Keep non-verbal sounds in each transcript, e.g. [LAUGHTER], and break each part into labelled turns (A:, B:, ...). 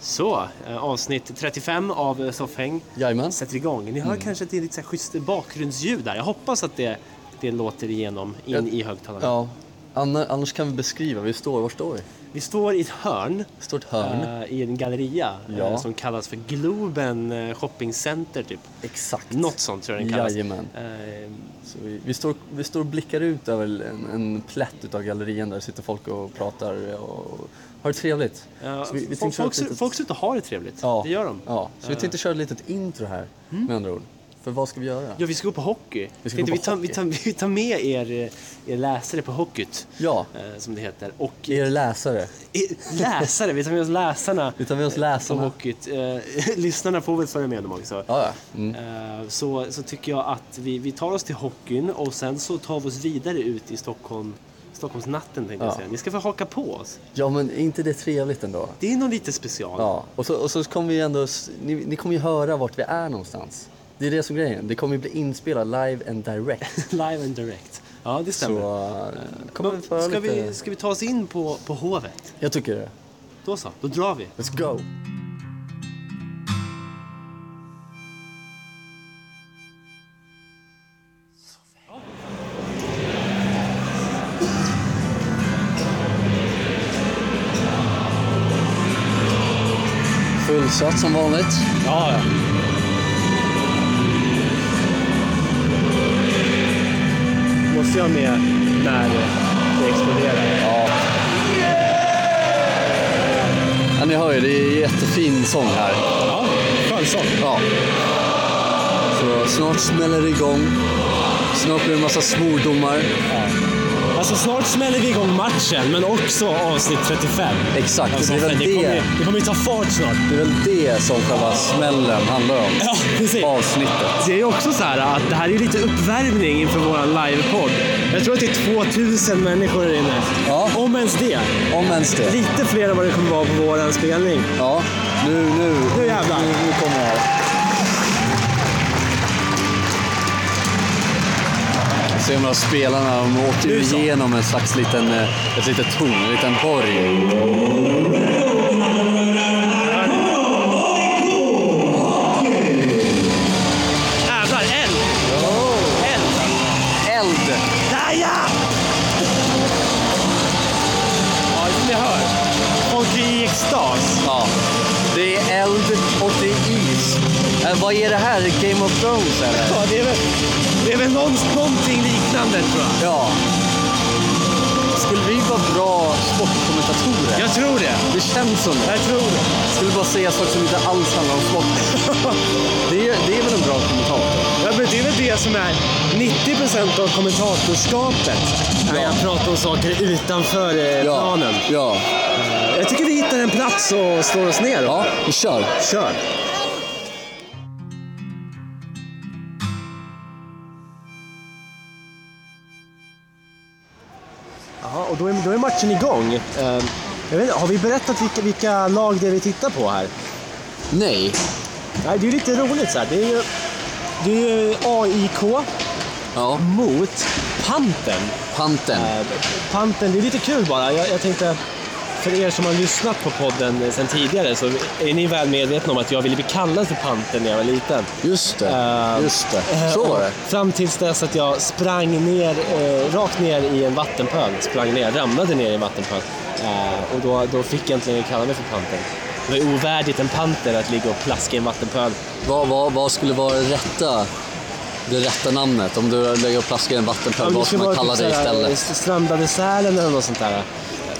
A: Så, eh, avsnitt 35 av eh, Soffhäng
B: Jajamän.
A: sätter igång. Ni
B: Mm.
A: hör kanske ett litet så här, schysst bakgrundsljud där. Jag hoppas att det, det låter igenom in
B: Jag-
A: i högtalarna.
B: Ja. Anna- Annars kan vi beskriva, vi står, var står vi?
A: Vi står i ett hörn
B: Vi står i ett hörn.
A: eh, i en galleria eh,
B: Ja.
A: som kallas för Globen eh, Shoppingcenter typ.
B: Exakt.
A: Något sånt tror jag den kallas.
B: Jajamän.
A: Eh,
B: Så vi, vi, står, vi står och blickar ut över en, en plätt utav gallerian där sitter folk och pratar och har det trevligt.
A: ja,
B: Så vi- vi
A: folk,
B: tänkte köra
A: folk,
B: ett litet-
A: folk ser ut att ha det trevligt.
B: Ja.
A: Det gör de. Eh. Mm.
B: Ja. Så vi tänkte köra ett litet intro här med andra ord. För vad ska vi göra?
A: Ja, vi ska gå på hockey.
B: Vi ska
A: Tänkte
B: gå
A: vi,
B: på
A: tar,
B: hockey.
A: Vi, tar, vi tar med er, eh, er läsare på hockeyt,
B: Ja,
A: eh, som det heter. Och
B: er läsare.
A: er läsare, vi tar med oss läsarna
B: Vi tar med oss
A: på
B: läsarna.
A: hockeyt. Eh, [LAUGHS] lyssnarna får väl följa med dem också.
B: Ja, ja. Mm.
A: Eh, så, så tycker jag att vi, vi tar oss till hockeyn och sen så tar vi oss vidare ut i Stockholm, Stockholmsnatten tänkte jag
B: Ja.
A: säga. Ni ska få haka på oss.
B: ja, men är inte det trevligt ändå?
A: Det är nog lite special.
B: Ja, och så, och så kommer vi ändå, s- ni, ni kommer ju höra vart vi är någonstans. Det är det som är grejen, det kommer ju bli inspelat live and
A: [LAUGHS]
B: direct.
A: Live and direct. Ja, det [LAUGHS]
B: Så
A: stämmer.
B: eh, kommer vi få höra
A: ska,
B: lite...
A: vi, ska vi ta oss in på, på Hovet?
B: Jag tycker det.
A: Då så, då drar vi.
B: Let's go! Fullsatt som vanligt.
A: Ja, ja. Måste jag med när det exploderar?
B: Ja. ja ni hör ju, det är jättefin sång här.
A: Ja, skön sång.
B: Ja. Så snart smäller det igång. Snart blir det en massa svordomar.
A: Alltså snart smäller vi igång matchen, men också avsnitt 35.
B: Exakt,
A: Alltså,
B: det är väl
A: det, kommer,
B: det.
A: ju- det kommer ju ta fart snart.
B: Det är väl det som själva smällen handlar om.
A: Ja, precis.
B: Avsnittet.
A: Det är ju också så här att det här är lite uppvärmning inför våran livepodd. Jag tror att det är 2000 människor här inne.
B: Ja.
A: Om ens det.
B: Om ens det.
A: Lite fler än vad det kommer vara på våran spelning.
B: Ja, nu, nu.
A: Nu jävlar.
B: Nu, nu kommer det här. Jag ser några spelarna, de åker
A: Nu
B: ju
A: så.
B: igenom en slags liten, eh, ett litet torn, en liten borg.
A: Jävlar, eld! Oh. Eld!
B: Eld!
A: Där ja! Ja, som ni hör. Folk är i extas.
B: Ja, det är eld och det är is. Eh, vad är det här? Game of Thrones eller? [LAUGHS]
A: Ja, det är väl, det är väl någon- någonting liknande tror jag.
B: Ja. Skulle vi vara bra sportkommentatorer?
A: Jag tror det.
B: Det känns som det.
A: Jag tror det.
B: Skulle bara säga saker som inte alls handlar om [LAUGHS] sport. det, är, det är väl en bra kommentator?
A: Ja, men det är väl det som är 90% av kommentatorskapet. När jag pratar om saker utanför eh, planen.
B: Ja.
A: Jag tycker vi hittar en plats och slår oss ner.
B: ja, vi kör.
A: Kör! Jaha, och då är, då är matchen igång. Eh, Jag vet, inte, har vi berättat vilka, vilka lag det är vi tittar på här?
B: Nej.
A: Nej, det är ju lite roligt så här. Det är ju, det är ju AIK
B: Ja,
A: mot Panten.
B: Panten.
A: Eh, Panten, det är lite kul bara. Jag, jag tänkte, för er som har lyssnat på podden eh, sedan tidigare så är ni väl medvetna om att jag ville bli kallad för Panten när jag var liten.
B: Just det.
A: Eh,
B: Just det. Så var det.
A: Fram tills dess att jag sprang ner, eh, rakt ner i en vattenpöl. Sprang ner, ramlade ner i en vattenpöl. Eh, och då, då fick jag äntligen kalla mig för panter. Det var ovärdigt en panter att ligga och plaska i en vattenpöl.
B: Vad, vad, vad skulle vara det rätta, det rätta namnet? Om du lägger och plaskar i en vattenpöl, vad ska man kalla
A: typ
B: dig istället?
A: eh, Strandade sälen eller något sånt där.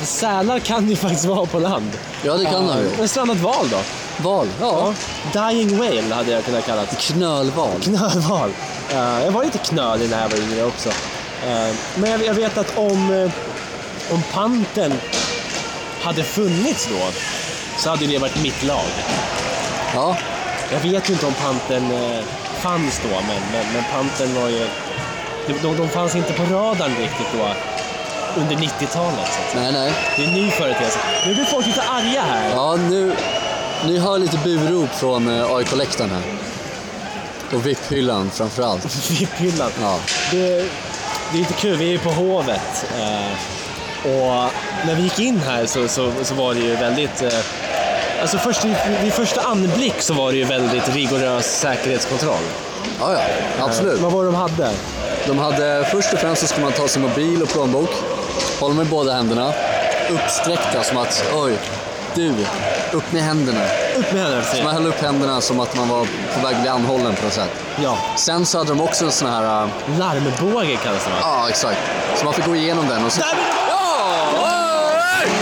A: Sälar kan ju faktiskt vara på land.
B: Ja, det kan
A: Eh,
B: han ju.
A: Men strandat val då?
B: Val. Ja.
A: Dying whale hade jag kunnat kalla det.
B: Knölval.
A: Knölval. Eh, jag var lite knölig när jag var yngre också. Eh, men jag, jag vet att om, eh, om Panten hade funnits då så hade det varit mitt lag.
B: Ja.
A: Jag vet ju inte om Panten eh, fanns då, men, men, men Panten var ju... De, de, de fanns inte på radarn riktigt då under 90-talet. Så. att säga.
B: Nej, nej.
A: Det är en ny företeelse. Nu blir folk lite arga här. [LAUGHS]
B: Ja, nu, ni hör lite burop från eh, AIK-läktaren här. Och VIP-hyllan framför allt.
A: VIP-hyllan.
B: Ja.
A: Det, det är lite kul, vi är ju på Hovet. Eh, och när vi gick in här så, så, så var det ju väldigt eh, Alltså först, vid- vid första anblick så var det ju väldigt rigorös säkerhetskontroll.
B: Ja, ja, absolut.
A: Vad var det de hade?
B: De hade, först och främst så ska man ta sin mobil och plånbok, hålla med båda händerna, uppsträckta som att oj, du, upp med händerna.
A: Upp med händerna
B: Så man höll upp händerna som att man var på väg att bli anhållen på något sätt.
A: Ja,
B: Sen så hade de också en sån här, äh,
A: larmbåge kallas det va?
B: ja exakt, så man fick gå igenom den och så...
A: Där är det!
B: Ja! Oj!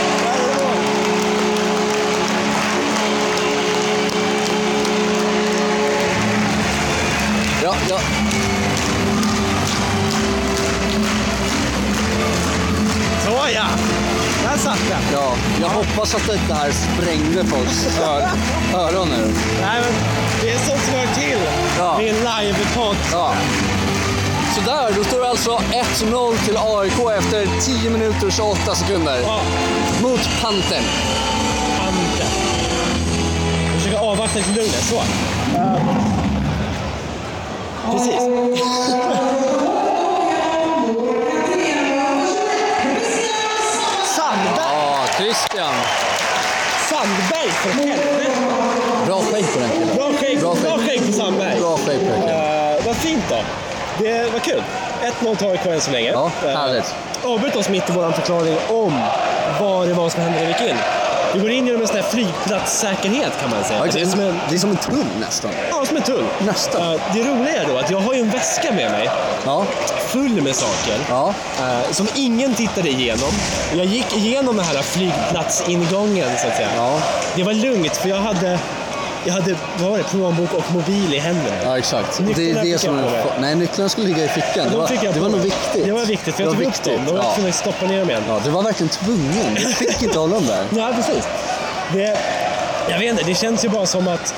B: Ja, ja.
A: Såja! Där satt den!
B: Ja, jag hoppas att det här sprängde folks ö- öron nu.
A: Nej, men det är sånt som hör till
B: Ja.
A: med en livepodd.
B: Ja. Sådär, då står det alltså 1-0 till AIK efter 10 minuter och 28 sekunder.
A: Ja,
B: Mot Pantern.
A: Ante. Jag försöker avvakta lite lugnet, så. Precis. Sandberg!
B: Ja, Christian.
A: Sandberg, för helvete!
B: Bra skägg på den killen.
A: Bra skägg,
B: Bra
A: bra
B: skägg.
A: skägg för Sandberg.
B: Bra skägg på den killen.
A: Eh, vad fint då. Det var kul. 1-0 till AIK än så länge.
B: Ja,
A: Eh,
B: härligt.
A: Avbryt oss mitt i vår förklaring om vad det var som hände när vi gick in. Vi går in genom en sån här flygplatssäkerhet kan man säga.
B: Ja,
A: det är som en,
B: det är som en tull nästan.
A: ja, som en tull.
B: Nästan.
A: Eh, det roliga är då att jag har ju en väska med mig
B: Ja,
A: full med saker.
B: ja.
A: eh, som ingen tittade igenom. Jag gick igenom den här flygplatsingången så att säga.
B: Ja,
A: Det var lugnt för jag hade, jag hade vad var det, plånbok och mobil i händerna.
B: ja exakt.
A: Nycklarna
B: Det är
A: fick
B: det
A: jag
B: som
A: på mig.
B: är... Nej, nycklarna skulle ligga i fickan. Det
A: De fick
B: var,
A: jag
B: det
A: på
B: var nog
A: mig.
B: viktigt.
A: Det var viktigt, för
B: Det
A: jag
B: var
A: tog upp dem.
B: viktigt,
A: Då var
B: ja.
A: jag tvungen att stoppa ner dem igen.
B: Ja, du var verkligen tvungen. Du fick inte hålla dem där.
A: Ja, precis. Det, jag vet inte, det känns ju bara som att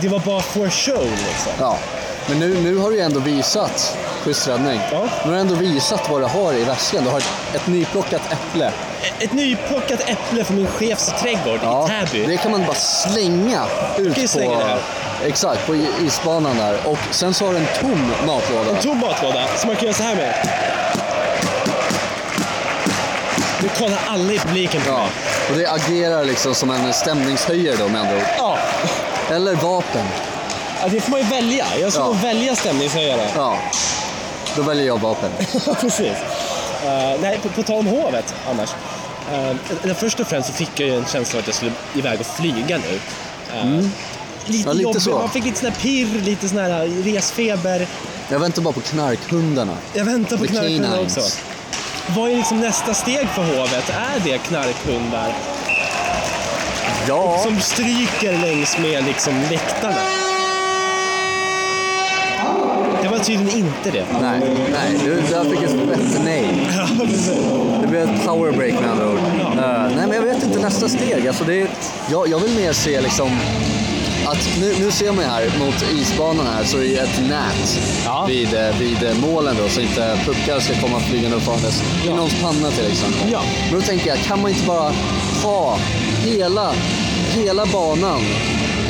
A: det var bara for show liksom.
B: Ja, men nu, nu har du ju ändå visat, schysst räddning,
A: Ja.
B: nu har du ändå visat vad du har i väskan. Du har ett, ett nyplockat äpple.
A: Ett, ett nyplockat äpple från min chefs trädgård i Täby.
B: det kan man bara slänga ut
A: kan ju
B: på,
A: slänga det här.
B: Exakt, på i- isbanan där. Och sen så har du en tom matlåda.
A: En tom matlåda som man kan göra så här med. Nu kollar alla i publiken på
B: ja.
A: mig.
B: Och det agerar liksom som en stämningshöjare då med andra ord.
A: Ja.
B: Eller vapen.
A: ja, det får man ju välja. Jag ska
B: Ja.
A: nog välja stämningshöjare. [LAUGHS]
B: Ja. Då väljer jag vapen.
A: Ja, precis. Eh, nej, på, på tal om hovet annars. Eh, eller först och främst så fick jag ju en känsla av att jag skulle iväg och flyga nu. Eh, Lite,
B: Mm. Ja, lite
A: jobbigt.
B: så.
A: Man fick lite sån här pirr, lite sån här eh, resfeber.
B: Jag väntar bara på knarkhundarna.
A: Jag väntar på
B: The
A: knarkhundar
B: canines.
A: också. Vad är liksom nästa steg för hovet? Är det knarkhundar
B: Ja.
A: som stryker längs med liksom läktarna? Det var tydligen inte
B: [LAUGHS]
A: det.
B: Nej, nej. Du, där fick jag ett bättre nej.
A: Ja, precis.
B: Det blir ett power break med andra ord.
A: Ja.
B: Eh, nej, men jag vet inte nästa steg. Alltså det är, jag, jag vill mer se liksom att nu, nu ser man ju här mot isbanan här så är det ju ett nät
A: Ja.
B: vid, eh, vid eh, målen då så inte puckar ska komma flygande och farandes i någons panna till exempel.
A: Ja.
B: Men då tänker jag, kan man inte bara ha hela, hela banan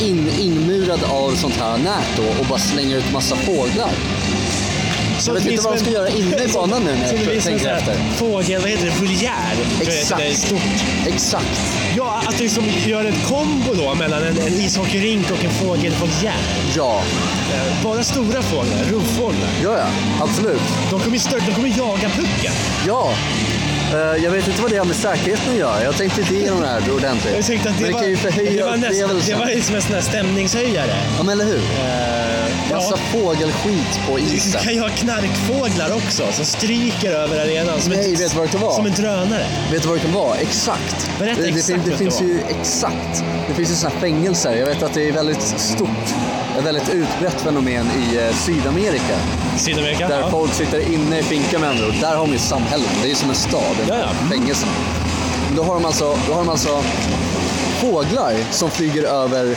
B: in, inmurad av sånt här nät då och bara slänga ut massa fåglar?
A: Så
B: vet
A: det
B: inte
A: blir
B: vad de
A: som
B: ska
A: en-
B: göra inne i banan nu
A: [LAUGHS]
B: när
A: Så det
B: jag
A: blir som en
B: tänker
A: sån här
B: efter.
A: Fågel, vad heter det, vulgär. tror jag
B: Exakt.
A: Det är stort.
B: Exakt.
A: Ja, att liksom göra ett kombo då mellan en, en ishockeyrink och en fågelvoljär.
B: Ja,
A: Eh, Bara stora fåglar, rovfåglar.
B: ja, ja. Absolut.
A: De kommer, ju stör, de kommer jaga pucken.
B: Ja. Eh, jag vet inte vad det har med säkerheten att göra. Jag tänkte inte igenom det här ordentligt.
A: Jag tänkte att det,
B: men det
A: var,
B: kan ju
A: det,
B: förhöja
A: var nästan, det
B: upplevelsen.
A: var liksom en sån här stämningshöjare.
B: Ja, men eller hur?
A: Eh,
B: Massa
A: ja,
B: fågelskit på
A: du
B: isen.
A: kan ju ha knarkfåglar också som stryker över arenan som,
B: Nej,
A: en,
B: vet du vad det var?
A: som en drönare.
B: Vet du vad det kan vara? Exakt.
A: Berätta
B: det, det,
A: exakt
B: det,
A: vad det
B: finns
A: var.
B: ju exakt. Det finns ju sådana fängelser. Jag vet att det är väldigt stort. Ett väldigt utbrett fenomen i eh, Sydamerika.
A: Sydamerika?
B: Där
A: ja.
B: folk sitter inne i finkar med andra ord. Där har de ju samhällen. Det är ju som en stad.
A: Ja, ja.
B: Fängelse. Då har de alltså, då har de alltså fåglar som flyger över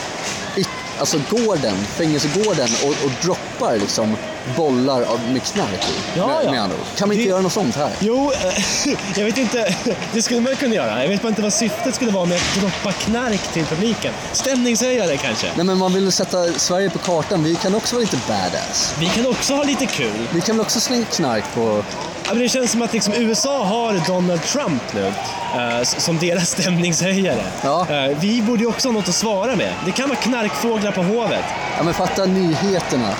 B: yt- alltså gården, fängelsegården och, och droppar liksom bollar av, med knark i,
A: Ja,
B: med,
A: ja.
B: med andra ord. Kan vi inte
A: Det-
B: göra något sånt här?
A: Jo, eh, [LAUGHS] jag vet inte. Det skulle man kunna göra. Jag vet bara inte vad syftet skulle vara med att droppa knark till publiken. Stämningshöjare kanske.
B: Nej men man vill sätta Sverige på kartan, vi kan också vara lite badass.
A: Vi kan också ha lite kul.
B: Vi kan väl också slänga knark på...
A: Ja, men det känns som att liksom USA har Donald Trump nu eh, s- som deras [LAUGHS] stämningshöjare.
B: Ja.
A: Eh, vi borde ju också ha något att svara med. Det kan vara knarkfåglar på hovet.
B: Ja men fatta nyheterna.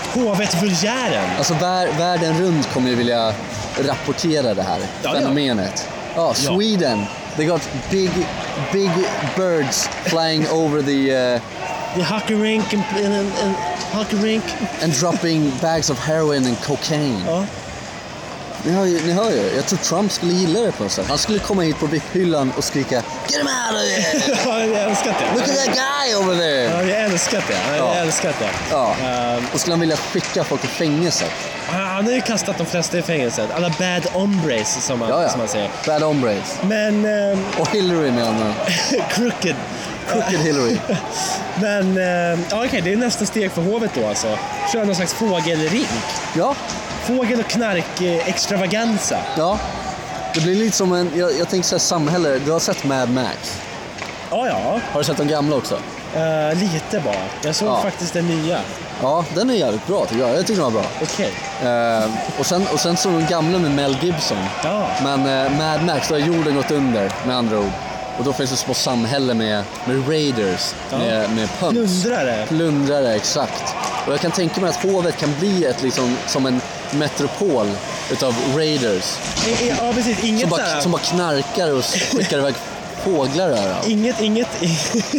A: Hovet-vulgären.
B: Alltså vär, världen runt kommer ju vilja rapportera det här
A: Ja, ja.
B: fenomenet. Ja, Sweden. They got big, big birds flying over the... Uh,
A: The huckerink and, and, and, and huckerink.
B: and dropping bags of heroin and cocaine.
A: Ja.
B: Ni hör, ju, ni hör ju, jag tror Trump skulle gilla det på något sätt. Han skulle komma hit på VIP-hyllan och skrika Get him out of there!
A: Ja, jag har älskat det.
B: Look at that guy over
A: Ja,
B: there!
A: jag har älskat det. Ja, Jag har
B: Ja.
A: älskat det.
B: Ja.
A: Eh,
B: Och skulle han vilja skicka folk i fängelse?
A: han har ju kastat de flesta i fängelset. Alla bad hombres som man,
B: Ja, ja.
A: Som man säger.
B: Bad hombres.
A: Men... ehm, [LAUGHS]
B: Och Hillary med honom.
A: crooked.
B: Crooked Hillary.
A: Men eh, ja, okej, det är nästa steg för hovet då alltså. Köra någon slags fågelrink.
B: Ja,
A: Fågel och knark eh, extravaganza.
B: ja. Det blir lite som en, jag, jag tänker såhär samhälle, du har sett Mad Max?
A: Ja, ja.
B: Har du sett de gamla också?
A: Eh, lite bara. Jag såg
B: Ja.
A: faktiskt den nya.
B: Ja, den är jävligt bra tycker jag. Jag tycker den var bra.
A: Okej.
B: Eh, och sen, och sen så de gamla med Mel Gibson.
A: Ja.
B: Men eh, Mad Max, då har jorden gått under med andra ord. Och då finns det små samhällen med, med raiders,
A: Ja.
B: med, med punks.
A: Plundrare.
B: Plundrare, exakt. Och jag kan tänka mig att hovet kan bli ett, liksom, som en metropol utav raiders.
A: I- i- Eh, Ja, precis.
B: Som
A: Inget så
B: bara, som
A: här...
B: bara knarkar och skickar iväg fåglar överallt.
A: Inget, inget...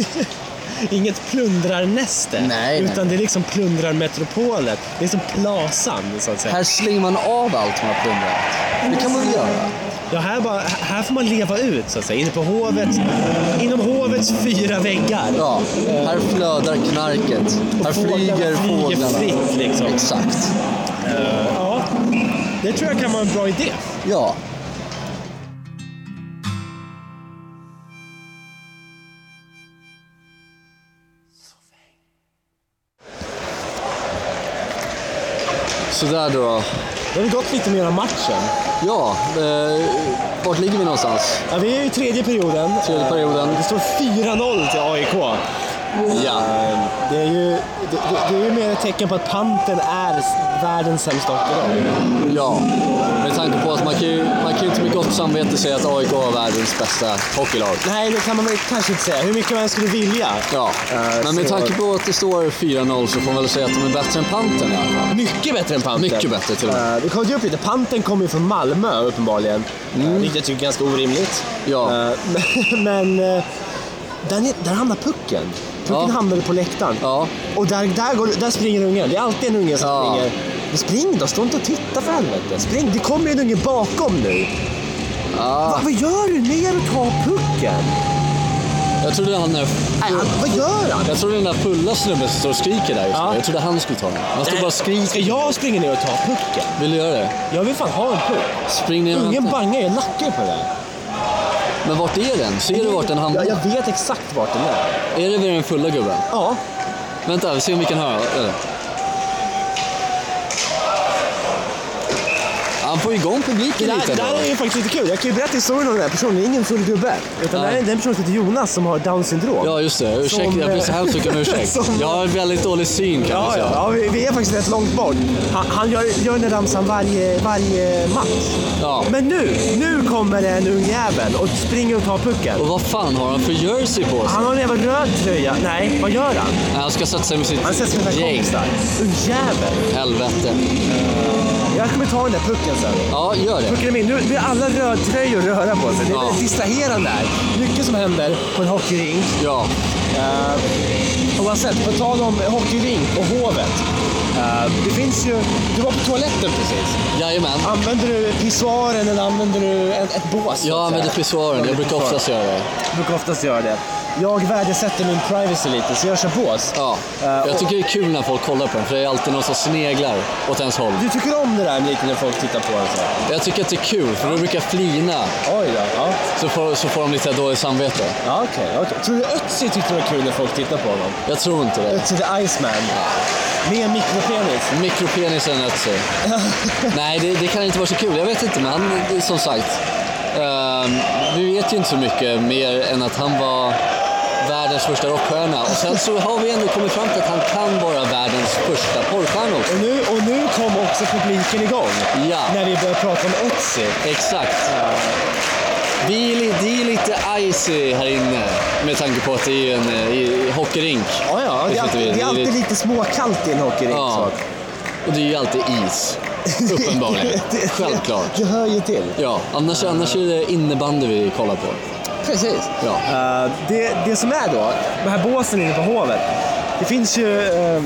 A: [LAUGHS] Inget plundrarnäste.
B: Nej, nej,
A: utan det är liksom plundrarmetropolet. Det är som Plasan, så att säga.
B: Här slänger man av allt man har plundrat. Det kan man väl göra?
A: Ja, här, bara, här får man leva ut, så att säga. Inne på hovet. Inom hovets fyra väggar.
B: Ja, här flödar knarket. Här flyger
A: flyger
B: fåglarna.
A: fritt liksom.
B: Exakt.
A: Ja, det tror jag kan vara en bra idé.
B: Ja. Sådär då.
A: Det har gått lite mer av matchen.
B: Ja, eh, vart ligger vi någonstans?
A: Ja, vi är i tredje perioden. Eh,
B: Tredje perioden.
A: Det står 4-0 till AIK.
B: Ja.
A: Det är ju, det, det- det är ju mer ett tecken på att Panten är s- världens sämsta hockeylag.
B: Ja, med tanke på att man kan ju, man kan ju inte med gott samvete säga att AIK har världens bästa hockeylag.
A: Nej, det kan man väl kanske inte säga. Hur mycket man skulle vilja.
B: Ja,
A: Eh,
B: men med
A: så-
B: tanke på att det står 4-0 så får man väl säga att de är bättre än Pantern i alla fall.
A: Mycket bättre än Panten.
B: Mycket bättre till och med.
A: Eh, vi kollade ju upp lite. Panten kommer ju från Malmö uppenbarligen. Mm. Vilket jag tycker är ganska orimligt.
B: Ja.
A: Eh, [LAUGHS] men men eh, där, ni- där hamnar pucken. Pucken
B: Ja.
A: hamnar på läktaren.
B: Ja.
A: Och där, där, går, där springer ungen. Det är alltid en unge som
B: Ja.
A: springer. Men spring då, stå inte och titta för helvete. Spring, det kommer ju en unge bakom nu. Va, vad gör du? Ner och ta pucken.
B: Jag trodde han är...
A: Nej, han, vad gör han?
B: Jag trodde den där fulla snubben som står och skriker där just nu,
A: Ja. Eh,
B: jag trodde han skulle ta den. Han står bara och
A: Ska
B: skriker.
A: jag springa ner och ta pucken?
B: Vill du göra det?
A: Jag vill fan ha en puck.
B: Spring ner och
A: Ungen
B: hämta.
A: bangar ju nacken på det här.
B: Men vart är den? Ser du vart den hamnar?
A: Ja, jag vet exakt vart den är.
B: Är det vid den fulla gubben?
A: Ja.
B: Vänta, vi ser om vi kan höra. Eller? Han får igång
A: Det
B: publiken
A: där,
B: lite.
A: det där
B: ändå.
A: är ju faktiskt lite kul. Jag kan ju berätta historien om den här personen. Det är ingen full gubbe. Utan det här är den personen som heter Jonas som har Downs syndrom.
B: Ja, just det. Ursäkta,
A: Som,
B: jag ber så hemskt mycket om ursäkt.
A: [LAUGHS] som-
B: Jag har väldigt dålig syn kan man
A: Ja,
B: säga.
A: ja, ja vi, vi är faktiskt rätt långt bort. Han, han gör, gör den där ramsan varje, varje match.
B: Ja.
A: Men nu, nu kommer det en ung jävel och springer och tar pucken.
B: Och vad fan har han för jersey på sig?
A: Han har en jävla röd tröja. Nej, vad gör han?
B: Nej, Han ska sätta sig med sitt
A: Han sätter sina kompisar. Ung jävel.
B: Helvete.
A: Jag kommer ta den där pucken sen.
B: Ja, gör det.
A: Pucken är min. Nu blir alla rödtröjor röra på sig. Det är
B: Ja.
A: väldigt distraherande här. Mycket som händer på en hockeyrink.
B: Ja.
A: Oavsett, på tal om hockeyrink och Hovet. Eh, det finns ju... Du var på toaletten precis.
B: Jajamän.
A: Använder du pissoaren eller använder du ett, ett bås? så att
B: Jag
A: säga?
B: använder pissoaren. Jag brukar oftast göra det.
A: Jag brukar oftast göra det. jag värdesätter min privacy lite så jag kör bås.
B: Ja.
A: Eh,
B: Jag
A: och-
B: tycker det är kul när folk kollar på den, för det är alltid någon som sneglar åt ens håll.
A: Du tycker om det där lite när folk tittar på en så här?
B: Jag tycker att det är kul, för då brukar jag flina.
A: Oj då, ja.
B: Så får, så får de lite dåligt samvete.
A: Ja, okej. okej. Tror du Ötzi tyckte det var kul när folk tittar på honom?
B: Jag tror inte det.
A: Ötzi the Iceman. Med en mikropenis.
B: Mikropenisen Ötzi. Nej, det, det kan inte vara så kul. Jag vet inte, men han, det är som sagt. ehm, vi vet ju inte så mycket mer än att han var världens första rockstjärna. Och sen så har vi ändå kommit fram till att han kan vara världens första porrstjärna också.
A: Och nu, och nu kom också publiken igång.
B: Ja.
A: När vi började prata om Ötzi.
B: Exakt. Vi är, li- det är lite icy här inne med tanke på att det är ju en eh, i- i hockeyrink.
A: Ja, ja. Det är, alltid, det är alltid lite småkallt i en hockeyrink.
B: Ja.
A: så.
B: Och det är ju alltid is. Uppenbarligen.
A: [LAUGHS] Det-
B: Självklart.
A: Det hör ju till.
B: Ja, annars, annars är det innebandy vi kollar på.
A: Precis.
B: Ja.
A: Eh, det, det som är då, de här båsen inne på Hovet. Det finns ju eh,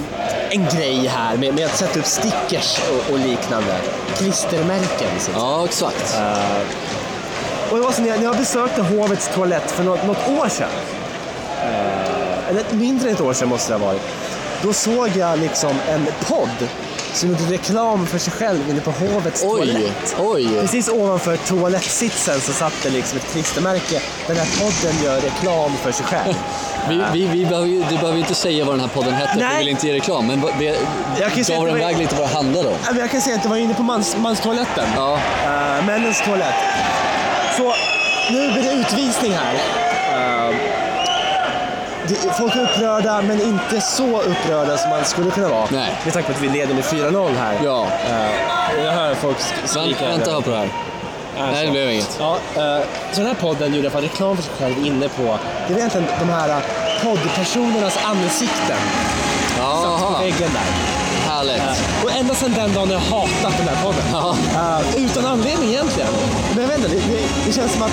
A: en grej här med, med att sätta upp stickers och, och liknande. Klistermärken. liksom. Så.
B: Ja, exakt.
A: Eh, Och det var så när jag, när jag besökte hovets toalett för något, något år sedan. Eh, eller ett- mindre än ett år sedan måste det ha varit. Då såg jag liksom en podd som gjorde reklam för sig själv inne på hovets
B: Oj,
A: toalett.
B: oj.
A: Precis ovanför toalettsitsen så satt det liksom ett klistermärke. Den här podden gör reklam för sig själv.
B: Vi, vi, vi behöver, ju- du behöver ju inte säga vad den här podden heter, för
A: Nej.
B: vi vill inte ge reklam. Men vad- det-
A: Jag kan ju säga
B: gav
A: att
B: den
A: det var-
B: iväg lite vad det handlar om.
A: Ja, men Jag kan säga att det var inne på mans, manstoaletten.
B: Ja,
A: Eh, männens toalett. Så nu blir det utvisning här. Eh, det, folk är upprörda, men inte så upprörda som man skulle kunna vara.
B: Nej.
A: Med tanke på att vi leder med 4-0 här.
B: ja.
A: Eh, jag hör folk sk-
B: Vänt,
A: skrika.
B: vänta
A: här.
B: på det här.
A: Äh,
B: Nej,
A: så.
B: det blev inget.
A: Ja, eh, så den här podden gjorde i alla fall reklam för sig själv inne på... Det är egentligen de här eh, poddpersonernas ansikten. Satt på
B: Jaha,
A: väggen där.
B: härligt.
A: Eh, Och ända sedan den dagen har jag hatat den här podden.
B: Ja.
A: Eh, utan anledning egentligen. Men jag vet inte, det, det, det känns som att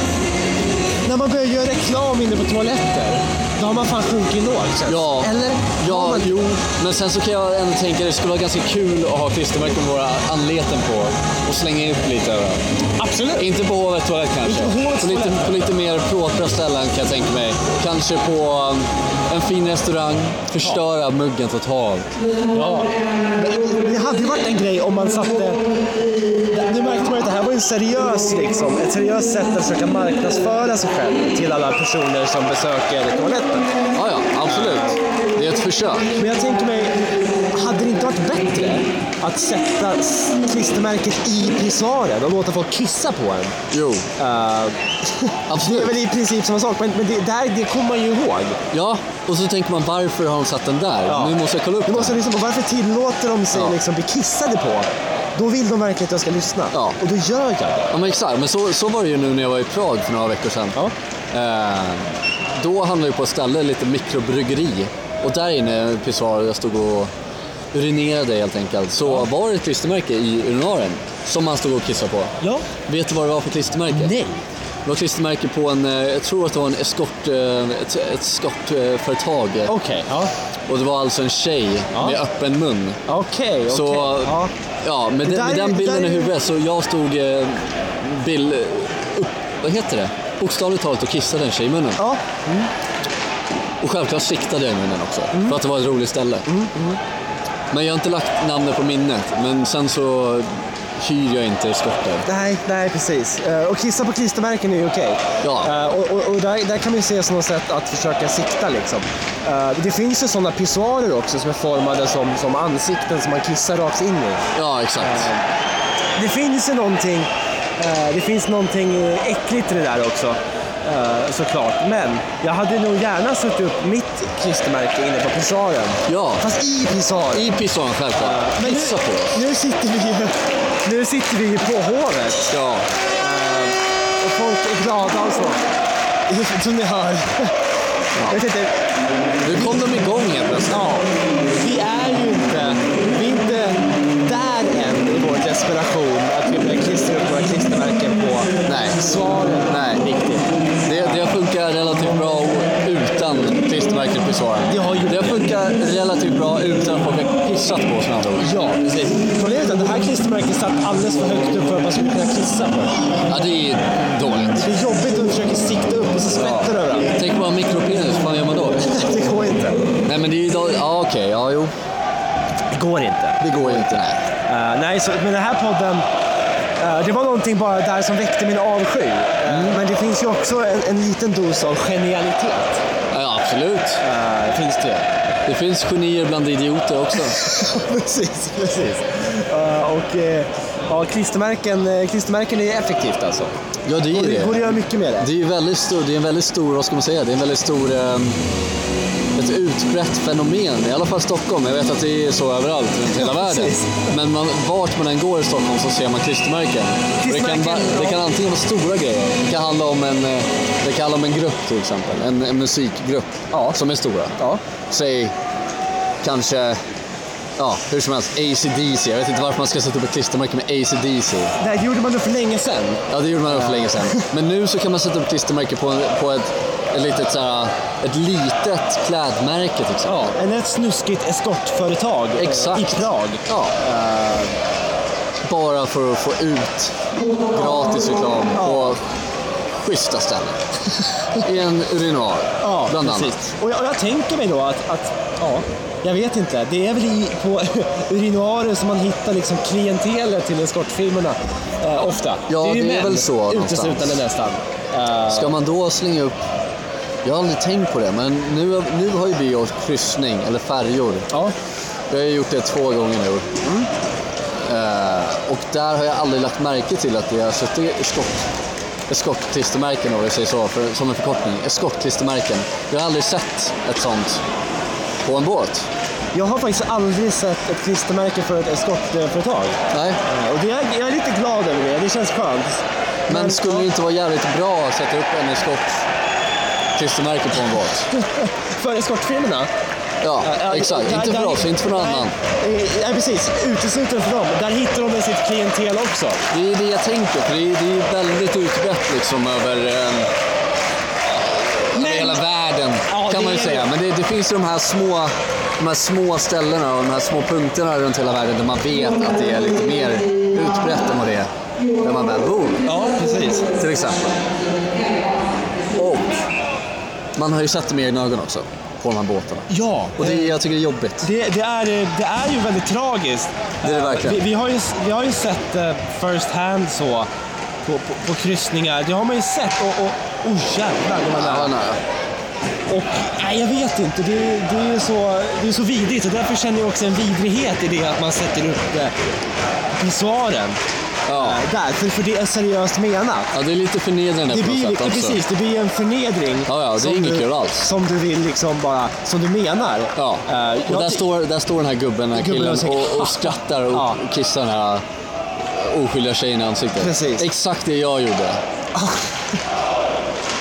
A: när man börjar göra reklam inne på toaletter, då har man fan sjunkit lågt känns det.
B: Ja,
A: Eller? Har
B: ja
A: man...
B: jo. Men sen så kan jag ändå tänka att det skulle vara ganska kul att ha klistermärken med våra anleten på och slänga upp lite överallt.
A: Absolut.
B: Inte på hovets toalett kanske.
A: Inte på hovets
B: på, lite,
A: toalett.
B: på lite mer propra ställen kan jag tänka mig. Kanske på um, en fin restaurang. Förstöra muggen totalt.
A: Ja. Men Det hade ju varit en grej om man satte... Nu märkte man ju att det här var ju en seriös, liksom, ett seriöst sätt att försöka marknadsföra sig själv till alla personer som besöker toaletten.
B: Ja, ja, absolut. Det är ett försök.
A: Men jag tänker mig, hade det inte varit bättre att sätta s- klistermärket i pissoaren och låta folk kissa på en?
B: Jo,
A: Eh, det är
B: absolut.
A: väl i princip samma sak, men, men det, där, det kommer man ju ihåg.
B: Ja, och så tänker man varför har de satt den där?
A: Ja.
B: Nu måste jag kolla upp
A: Du
B: den.
A: måste liksom, varför tillåter de sig
B: Ja.
A: liksom bli kissade på? Då vill de verkligen att jag ska lyssna.
B: Ja.
A: Och då gör jag det.
B: Ja men exakt, men så, så var det ju nu när jag var i Prag för några veckor sedan.
A: Ja.
B: Eh, då hamnade jag på ett ställe, lite mikrobryggeri. Och där inne, i en pissoar, jag stod och urinerade helt enkelt. Så var det ett klistermärke i urinaren som man stod och kissade på.
A: Ja.
B: Vet du vad det var för klistermärke?
A: Nej.
B: Det var ett klistermärke på en, eh, jag tror att det var en eskort, eh, ett, ett eskortföretag.
A: Okej. Ja.
B: Och det var alltså en tjej
A: Ja.
B: med öppen mun.
A: Okej, okej.
B: Så,
A: Ja.
B: ja. med,
A: Det
B: den,
A: där
B: med
A: är-
B: den
A: det
B: bilden
A: där
B: i
A: är-
B: huvudet så jag stod eh, bild, upp, vad heter det? Bokstavligt talat och kissade en tjej i munnen.
A: Ja.
B: Och självklart siktade jag i munnen också,
A: Mm.
B: för att det var ett roligt ställe. Men jag har inte lagt namnet på minnet, men sen så hyr jag inte skottet.
A: Nej, nej precis. Eh, Och kissa på klistermärken är ju okej.
B: Ja.
A: Eh, Och, och, och där, där kan man ju se som något sätt att försöka sikta liksom. Eh, Det finns ju sådana pissoarer också som är formade som, som ansikten som man kissar rakt in i.
B: Ja, exakt.
A: Det finns ju någonting, eh, det finns någonting eh, äckligt i det där också. eh, Såklart, men jag hade nog gärna satt upp mitt klistermärke inne på pissoaren.
B: Ja,
A: Fast i pissoaren.
B: i pissoaren självklart.
A: Men
B: Pissa på oss.
A: nu, nu sitter vi ju nu sitter vi ju på hovet.
B: Ja,
A: Och folk är glada och så. [LAUGHS] Som ni hör. Jag vet inte.
B: nu kom de igång helt plötsligt.
A: Ja, vi är ju inte, vi är inte där än i vår desperation att vi börjar klistra upp våra klistermärken på
B: Nej.
A: svaren.
B: Nej.
A: Riktigt.
B: Det, det funkar relativt bra utan klistermärken på svaren.
A: Det har gjort
B: det.
A: det.
B: funkar relativt bra utan att folk har klistrat på som andra ord.
A: Ja, precis. Problemet är att det här klistermärket satt alldeles för högt upp för att man skulle kunna kissa på det.
B: Ja, det är dåligt.
A: Det är jobbigt att försöka sikta upp och så skvätter det överallt. [LAUGHS]
B: Tänk bara mikropenis, vad fan gör man då?
A: Det går inte.
B: Nej men det är ju dåligt. Ja okej, ja jo.
A: Det går inte.
B: Det går ju inte. Nej.
A: Eh, nej, så, men den här podden, eh, det var någonting bara där som väckte min avsky. Eh, Men det finns ju också en, en liten dos av genialitet.
B: Ja, absolut.
A: Eh, finns det ju.
B: Det finns genier bland idioter också.
A: [LAUGHS] precis, precis. Eh, och eh, ja, klistermärken, eh, klistermärken är effektivt alltså.
B: Ja, det är ju
A: Det går att
B: det.
A: göra mycket med det.
B: Det är ju väldigt stor, det är en väldigt stor, vad ska man säga, det är en väldigt stor, ehm, ett utbrett fenomen. I alla fall Stockholm. Jag vet att det är så överallt runt hela
A: Ja,
B: världen.
A: precis.
B: Men man, vart man än går i Stockholm så ser man klistermärken. Och Det kan,
A: Klistermärken,
B: va- det
A: ja.
B: kan antingen vara stora grejer. Det kan handla om en, eh, det kan handla om en grupp till exempel. En, en musikgrupp som är stora.
A: Ja.
B: Säg kanske, ja hur som helst, ACDC. Jag vet inte varför man ska sätta upp ett klistermärke med ACDC.
A: Det här gjorde man då för länge sedan.
B: Ja, det gjorde man för länge sedan. Men nu så kan man sätta upp klistermärke på, en, på ett, ett, litet, så här, ett litet klädmärke till exempel.
A: En rätt snuskigt eskortföretag eh,
B: Exakt.
A: i Prag.
B: Ja. Eh, Bara för att få ut gratis reklam på schyssta ställen. I en urinoar,
A: Ja,
B: bland annat.
A: precis. Och jag, och jag tänker mig då att, att ja, jag vet inte. Det är väl i, på [LAUGHS] urinoarer som man hittar liksom klientelet till eskortfilmerna eh, ofta.
B: Ja,
A: ju
B: det är
A: män,
B: väl så någonstans.
A: Uteslutande nästan. Eh,
B: Ska man då slänga upp... Jag har aldrig tänkt på det, men nu, nu har ju vi gjort kryssning, eller färjor.
A: ja.
B: Jag har ju gjort det två gånger nu. Eh, och där har jag aldrig lagt märke till att det har suttit eskort, eskortklistermärken, om vi säger så, för, som en förkortning. Eskortklistermärken. Jag har aldrig sett ett sånt på en båt.
A: Jag har faktiskt aldrig sett ett klistermärke för ett eskortföretag.
B: Nej.
A: Eh, Och det är, jag är lite glad över det. Det känns skönt.
B: Men skulle det inte vara jävligt bra att sätta upp en eskortklistermärke på en båt?
A: För eskortfilmerna?
B: Ja,
A: Ja, ja,
B: exakt.
A: där-
B: inte för
A: där-
B: oss, inte för någon
A: nej,
B: annan.
A: eh, Nej, precis. Uteslutande för dem. Där hittar de väl sitt klientel också.
B: Det är det jag tänker, för det är, det är väldigt utbrett liksom över, eh, över hela världen
A: Ja,
B: kan
A: det
B: man ju
A: är
B: säga.
A: det.
B: Men det, det finns ju de här, små, de här små ställena och de här små punkterna runt hela världen där man vet att det är lite mer utbrett än vad det är där man väl bor,
A: Ja, precis.
B: till exempel. Och man har ju sett det med egna ögon också, på de här båtarna.
A: Ja.
B: Och det, jag tycker det är jobbigt.
A: Det, det, är, det är ju väldigt tragiskt.
B: Det är det verkligen.
A: Vi, vi, har, ju, vi har ju sett eh, first hand så på, på, på kryssningar. Det har man ju sett. Och, och oh, jävlar det var
B: Ja,
A: nära.
B: nej.
A: Och nej, jag vet inte. Det, det är ju så, det är så vidrigt. Och därför känner jag också en vidrighet i det att man sätter upp eh, pissoaren.
B: Ja.
A: Eh, Där, för, för det är seriöst menat.
B: ja, det är lite förnedrande
A: Det
B: på något
A: blir,
B: sätt
A: det,
B: också.
A: precis, det blir en förnedring.
B: Ja, ja, det är
A: som
B: inget
A: du-
B: kul alls.
A: Som du vill liksom bara, som du menar.
B: Ja,
A: Eh,
B: och
A: jag
B: där
A: ty-
B: står, där står den här gubben, den här
A: Gubben
B: killen
A: och säger,
B: och, och skrattar och
A: Ja.
B: kissar den här oskyldiga tjejen i ansiktet.
A: Precis.
B: Exakt det jag
A: [LAUGHS]
B: gjorde.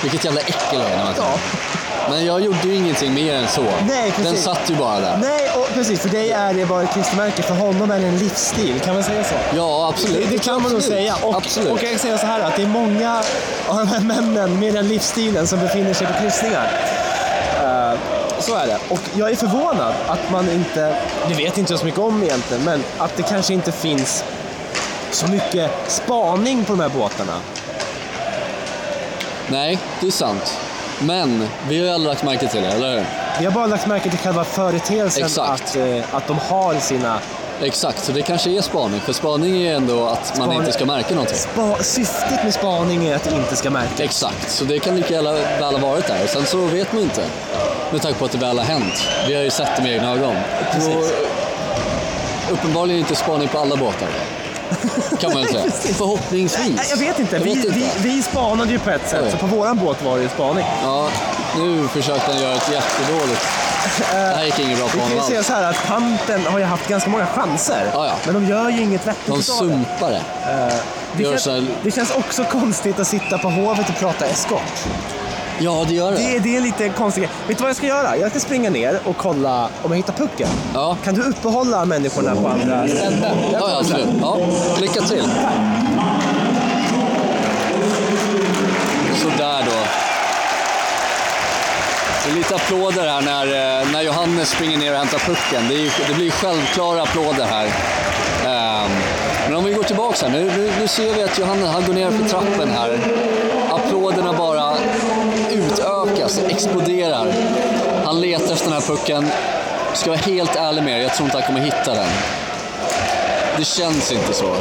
B: Vilket jävla äckel jag är när man
A: Ja.
B: Men jag gjorde ju ingenting mer än så.
A: Nej, precis.
B: den satt ju bara där.
A: Nej, och precis. För dig är det bara ett klistermärke. För honom är det en livsstil. Kan man säga så?
B: Ja, absolut.
A: Det, det kan man nog
B: Absolut.
A: säga. Och,
B: absolut.
A: och jag kan säga så här att det är många av de här männen med den livsstilen som befinner sig på kryssningar. Eh, så är det. Och jag är förvånad att man inte, det vet inte jag så mycket om egentligen, men att det kanske inte finns så mycket spaning på de här båtarna.
B: Nej, det är sant. Men vi har ju aldrig lagt märke till det, eller hur?
A: Vi har bara lagt märke till själva företeelsen
B: Exakt.
A: att, eh, att de har sina
B: Exakt, så det kanske är spaning. För spaning är ju ändå att man
A: Spaning.
B: inte ska märka någonting.
A: spa- Syftet med spaning är att det inte ska märkas.
B: Exakt, så det kan lika gärna väl ha varit där. Sen så vet man inte. Med tanke på att det väl har hänt. Vi har ju sett det med egna ögon.
A: Precis.
B: Och uppenbarligen inte spaning på alla båtar. Kan man
A: [LAUGHS]
B: säga.
A: Precis. Nej,
B: Förhoppningsvis.
A: Jag vet inte.
B: Jag
A: vi,
B: vet inte.
A: Vi, vi spanade ju på ett sätt,
B: Oj.
A: så på våran båt var det ju spaning.
B: Ja, nu försökte han göra ett jättedåligt. Det här gick inget bra
A: Vi
B: på
A: kan
B: honom
A: ju säga
B: alls.
A: så här att Panten har ju haft ganska många chanser.
B: Ja, ja.
A: Men de gör ju inget vettigt
B: De
A: utav det.
B: sumpar det.
A: det,
B: gör
A: känns,
B: så här-
A: det känns också konstigt att sitta på hovet och prata eskort.
B: Ja, det gör
A: Det,
B: det.
A: är- det är lite konstigt. Vet du vad jag ska göra? Jag ska springa ner och kolla om jag hittar pucken.
B: Ja.
A: Kan du uppehålla människorna på andra ställen?
B: Ja, ja, absolut. Ja, lycka till. Sådär då. Det är lite applåder här när, eh, när Johannes springer ner och hämtar pucken. Det, är ju, det blir ju självklara applåder här. Ehm, men om vi går tillbaka här. Nu, nu, nu ser vi att Johannes han går ner för trappen här. Applåderna bara utökas, exploderar. Han letar efter den här pucken. Ska jag vara helt ärlig med er, jag tror inte han kommer hitta den. Det känns inte så.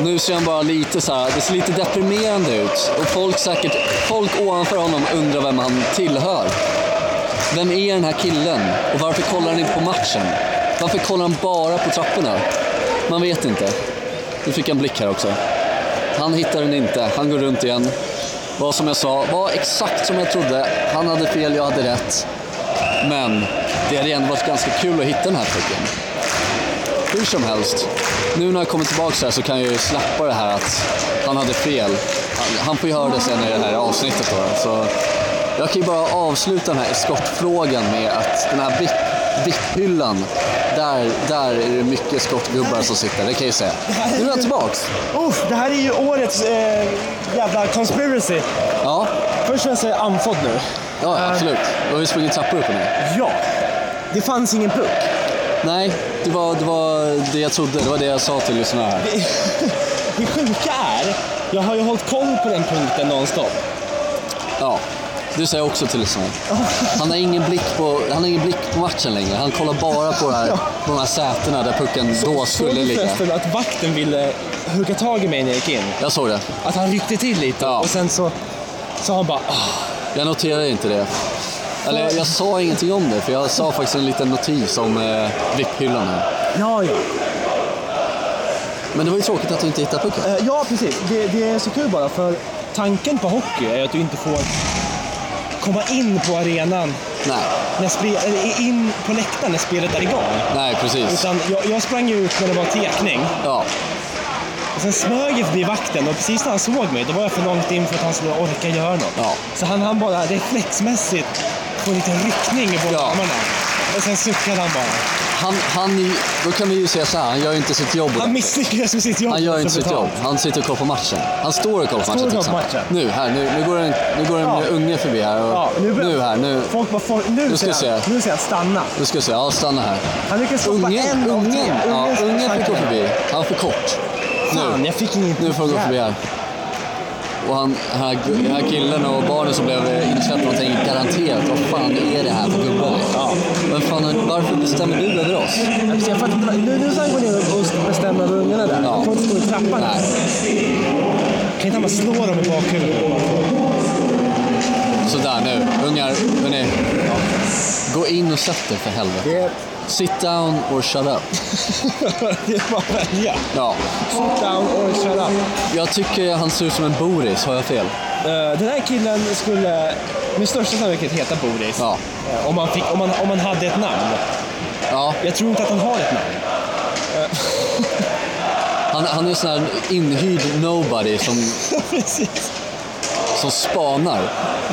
B: Nu ser han bara lite så här, det ser lite deprimerande ut. Och folk säkert, folk ovanför honom undrar vem han tillhör. Vem är den här killen? Och varför kollar han inte på matchen? Varför kollar han bara på trapporna? Man vet inte. Nu fick jag en blick här också. Han hittar den inte, han går runt igen. Var som jag sa, var exakt som jag trodde. Han hade fel, jag hade rätt. Men det hade ändå varit ganska kul att hitta den här pucken. Hur som helst, nu när jag kommer tillbaka så här så kan jag ju släppa det här att han hade fel. Han, han får ju höra det sen i det här avsnittet då. Så jag kan ju bara avsluta den här eskortfrågan med att den här VIP- VIP-hyllan, där, där är det mycket eskortgubbar som sitter, det kan jag ju säga. Nu är jag tillbaks!
A: Uff, det här är ju årets eh, jävla conspiracy.
B: Ja,
A: Först känns jag andfådd nu.
B: ja absolut. Du har ju sprungit trappor upp och ner.
A: Ja. Det fanns ingen puck.
B: Nej, det var, det var det jag trodde, det var det jag sa till lyssnarna här.
A: Det [LAUGHS] sjuka är, jag har ju hållit koll på den punkten nonstop.
B: Ja, du säger också till lyssnarna. Han har ingen blick på, han har ingen blick på matchen längre. Han kollar bara på, det här, på de här sätena där pucken då
A: Såg
B: skulle
A: du
B: ligga.
A: förresten att vakten ville hugga tag i mig när jag gick in?
B: Jag såg det.
A: Att han ryckte till lite
B: Ja.
A: och sen så sa han bara "Ah,
B: Jag noterade inte det. Eller jag sa ingenting om det, för jag sa faktiskt en liten notis om eh, VIP-hyllan här.
A: ja, ja.
B: Men det var ju tråkigt att du inte hittade pucken.
A: Eh, ja, precis. Det, det är så kul bara, för tanken på hockey är att du inte får komma in på arenan,
B: Nej,
A: när spe, eller in på läktaren när spelet är igång.
B: nej precis.
A: Utan jag, jag sprang ju ut när det var tekning
B: Ja,
A: och sen smög jag förbi vakten och precis när han såg mig då var jag för långt in för att han skulle orka göra något.
B: Ja.
A: Så han hann bara reflexmässigt få en liten ryckning i båda
B: Ja.
A: armarna. Och sen suckade han bara.
B: han, han, då kan vi ju säga så här, han gör ju inte sitt jobb.
A: Han misslyckades med sitt jobb.
B: Han gör inte sitt jobb.
A: totalt.
B: Han sitter och kollar på matchen. Han står och kollar på
A: Står
B: matchen
A: och
B: till
A: kollar på
B: exempel.
A: matchen.
B: Nu, här, nu, nu går en, nu går en
A: Ja.
B: unge förbi här. Och,
A: Ja, nu, börjar-
B: nu här, nu.
A: Folk bara, folk, nu,
B: Nu ska
A: ser
B: jag
A: han,
B: se.
A: nu ser han stanna.
B: Nu ska vi se, ja stanna här.
A: Han lyckades stoppa en
B: Ungen,
A: av tre.
B: ungen, ja, ungen fick gå förbi. Han är för kort.
A: Fan,
B: Nu,
A: jag fick ingen
B: nu får han gå förbi här. Och han, den här, gu- den här killen och barnen som blev insläppta, de tänker garanterat, vad fan är det här för gubbar? Ja. Men fan, varför bestämmer du över oss?
A: Jag fattar inte. Nu, nu ska han gå ner och bestämma över ungarna där.
B: Ja.
A: Han får inte stå i trappan.
B: Nej.
A: Kan inte han bara slå dem i bakhuvudet?
B: Sådär nu, ungar, hörni. Gå in och sätt er för helvete.
A: Det är,
B: Sit down or shut up.
A: [LAUGHS] det är bara att välja.
B: Ja,
A: Sit down or shut up.
B: jag tycker han ser ut som en Boris, har jag fel?
A: Eh, den här killen skulle med största sannolikhet heta Boris.
B: Ja.
A: Eh, om, han fick, om, han, om han hade ett namn.
B: Ja,
A: Jag tror inte att han har ett
B: [LAUGHS]
A: namn.
B: han, han är en sån här inhyrd nobody som,
A: Precis.
B: som spanar.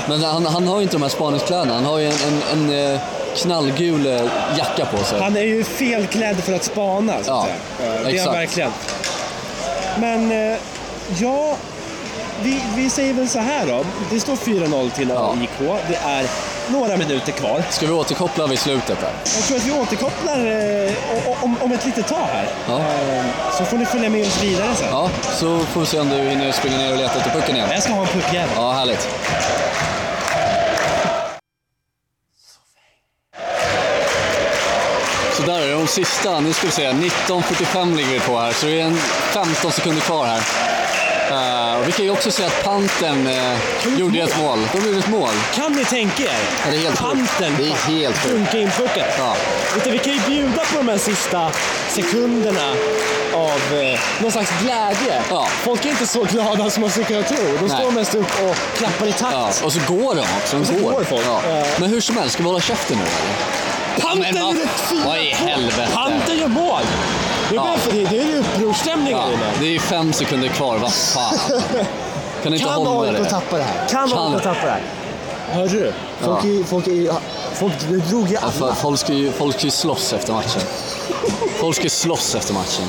B: Men han, han har ju inte de här spaningskläderna, han har ju en, en, en eh, knallgul eh, jacka på sig.
A: Han är ju felklädd för att spana. Så
B: Ja,
A: att säga. Eh, Det är han
B: exakt.
A: verkligen. Men eh, ja, vi, vi säger väl så här då. Det står 4-0 till
B: Ja.
A: AIK. Det är några minuter kvar.
B: Ska vi återkoppla vid slutet där?
A: Jag tror att vi återkopplar eh, o- om, om ett litet tag här.
B: Ja.
A: Eh, Så får ni följa med oss vidare sen.
B: Ja, så får vi se om du hinner springa ner och leta efter pucken igen.
A: Jag ska ha en puckjävel.
B: Ja, härligt. Så där är de sista. Nu ska vi se. 19.45 ligger vi på här, så det är en 15 sekunder kvar här. Eh, och vi kan ju också säga att Panten eh, gjorde ett mål. De gjorde ett mål.
A: Kan ni tänka er?
B: Ja, det är helt sjukt.
A: Panten
B: Det är helt sjukt.
A: dunkar in pucken.
B: Ja.
A: Vet du, Vi kan ju bjuda på de här sista sekunderna av eh, någon slags glädje.
B: Ja.
A: Folk är inte så glada som man skulle kunna tro. De
B: Nej.
A: står mest upp och klappar i takt.
B: Ja, och så går de också.
A: Och så
B: De går.
A: går folk.
B: Ja.
A: Ja.
B: Men hur som helst, ska vi hålla käften nu eller?
A: Panten
B: Men vad-
A: gjorde ett fint
B: vad i helvete?
A: Panten gör mål! Nu
B: Ja.
A: börjar det, det är ju upprorsstämning
B: Ja,
A: här inne.
B: det är ju fem sekunder kvar. Vad fan. Kan du inte
A: Kan
B: hålla
A: AIK
B: det?
A: tappa det här? Kan
B: Kan-
A: AIK tappa det här? Hörde du? Folk,
B: Ja.
A: är, folk, är, folk drog ju
B: Ja,
A: alla.
B: för folk, ska ju, folk ska ju slåss efter matchen. Folk ska ju slåss efter matchen.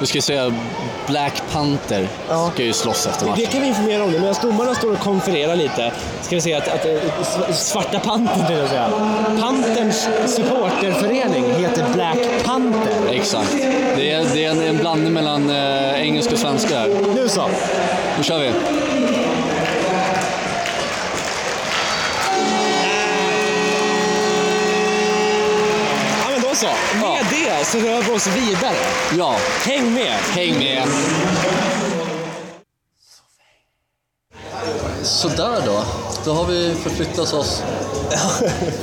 B: Vi ska säga Black Panther
A: Ja.
B: ska ju slåss efter
A: Det
B: matchen.
A: kan vi informera om nu. Medan domarna står och konfererar lite ska vi säga att, att eh, sv- Svarta Pantern, vill jag säga. Panterns supporterförening heter Black Panther.
B: Exakt. Det är, det är en, en blandning mellan eh, engelska och svenska här.
A: Nu så.
B: Nu kör vi.
A: Ja, men då så. Med
B: Ja.
A: det så rör vi oss vidare.
B: Ja,
A: Häng med!
B: häng med. Sådär då. Då har vi förflyttat oss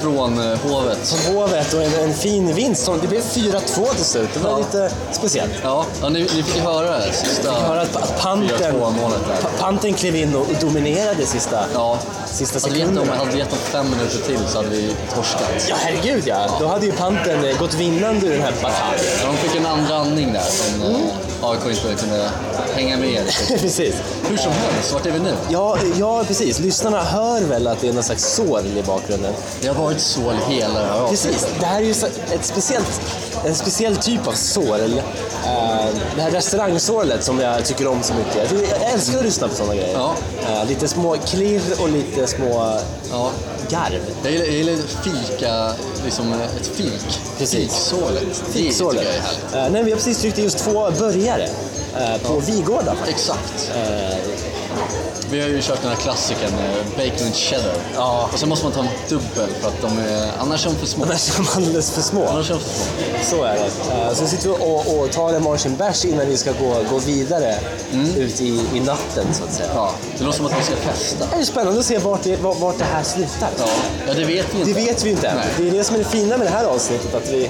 B: från eh, hovet.
A: Som Hovet och en, en fin vinst. som- Det blev 4-2 till slut. Det var
B: Ja.
A: lite speciellt.
B: Ja, ja ni, ni fick ju höra det sista
A: Höra att pa- Pantern,
B: 4-2-målet där.
A: pa- Pantern klev in och dominerade sista,
B: Ja,
A: sista
B: hade Alltså, vi, gett dem,
A: sekunderna.
B: hade vi gett dem fem minuter till så hade vi torskat.
A: Ja, herregud ja. Då hade ju Pantern eh, gått vinnande ur den här bataljen.
B: Ja, de fick en andra andning där som eh, AIK inte kunde hänga med i.
A: [LAUGHS] Precis.
B: Hur som helst, vart är vi nu?
A: Ja, ja, precis. Lyssnarna hör väl att det är någon slags sorl i bakgrunden.
B: Det har varit sål hela det här avsnittet.
A: Precis. Det här är ju så- ett speciellt, en speciell typ av sorl. Eh, Det här restaurangsorlet som jag tycker om så mycket. Jag tycker- Jag älskar att lyssna på sådana grejer.
B: Ja.
A: Eh, Lite små klirr och lite små
B: Ja,
A: garv.
B: jag gillar, jag gillar fika, liksom eh, ett fik.
A: Precis.
B: Fiksålet. Det
A: Fiksålet.
B: tycker jag är härligt.
A: Eh, Nej, vi har precis tryckt i just två börjare eh, på Vigårda. faktiskt.
B: Exakt.
A: Eh,
B: Vi har ju kört den här klassikern, eh, bacon and cheddar.
A: Ja.
B: Och sen måste man ta en dubbel för att de är, annars är de för små.
A: De är som alldeles för små.
B: Annars är de för små.
A: Så är det. Eh, Så sitter vi och, och tar en varsin bärs innan vi ska gå, gå vidare ut i, i natten så att säga.
B: Ja, det låter som att vi ska festa.
A: Det är spännande att se vart det, vart, vart det här slutar.
B: Ja, ja det vet vi inte.
A: Det vet vi inte än.
B: Nej.
A: Det är det som är det fina med det här avsnittet, att vi,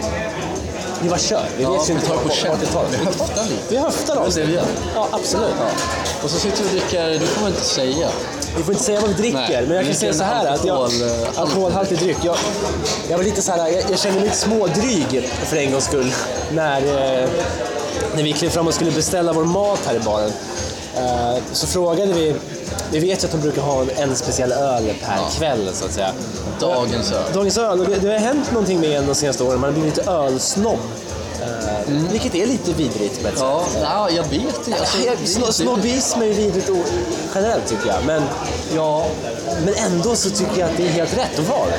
A: vi bara kör. Vi
B: Ja,
A: vet ju
B: vi
A: inte
B: tar på
A: vart-
B: känn.
A: vart det tar oss.
B: Vi höftar lite.
A: Vi höftar
B: väl
A: oss.
B: det vi gör.
A: Ja, absolut.
B: Ja. Och så sitter vi och dricker, det får man inte säga.
A: Vi får inte säga vad vi dricker,
B: Nej,
A: men jag
B: vi
A: kan säga
B: dricker
A: så
B: en
A: här att jag...
B: alkohol- eh,
A: Alkoholhaltig dryck. Jag, jag var lite så här, jag, jag kände mig lite smådryg för en gångs skull när, eh, när vi klev fram och skulle beställa vår mat här i baren. Eh, så frågade vi, vi vet ju att de brukar ha en, en speciell öl per kväll så att säga.
B: Dagens öl.
A: Dagens öl, och det, det har hänt någonting med en de senaste åren, man har blivit lite ölsnobb. Eh, Vilket är lite vidrigt på ett sätt.
B: Mm. Ja, ja, jag vet inte. Alltså,
A: Jag-
B: det är
A: sno-
B: inte-
A: Snobbism är ju vidrigt o- generellt tycker jag, men,
B: Ja,
A: men ändå så tycker jag att det är helt rätt att vara det.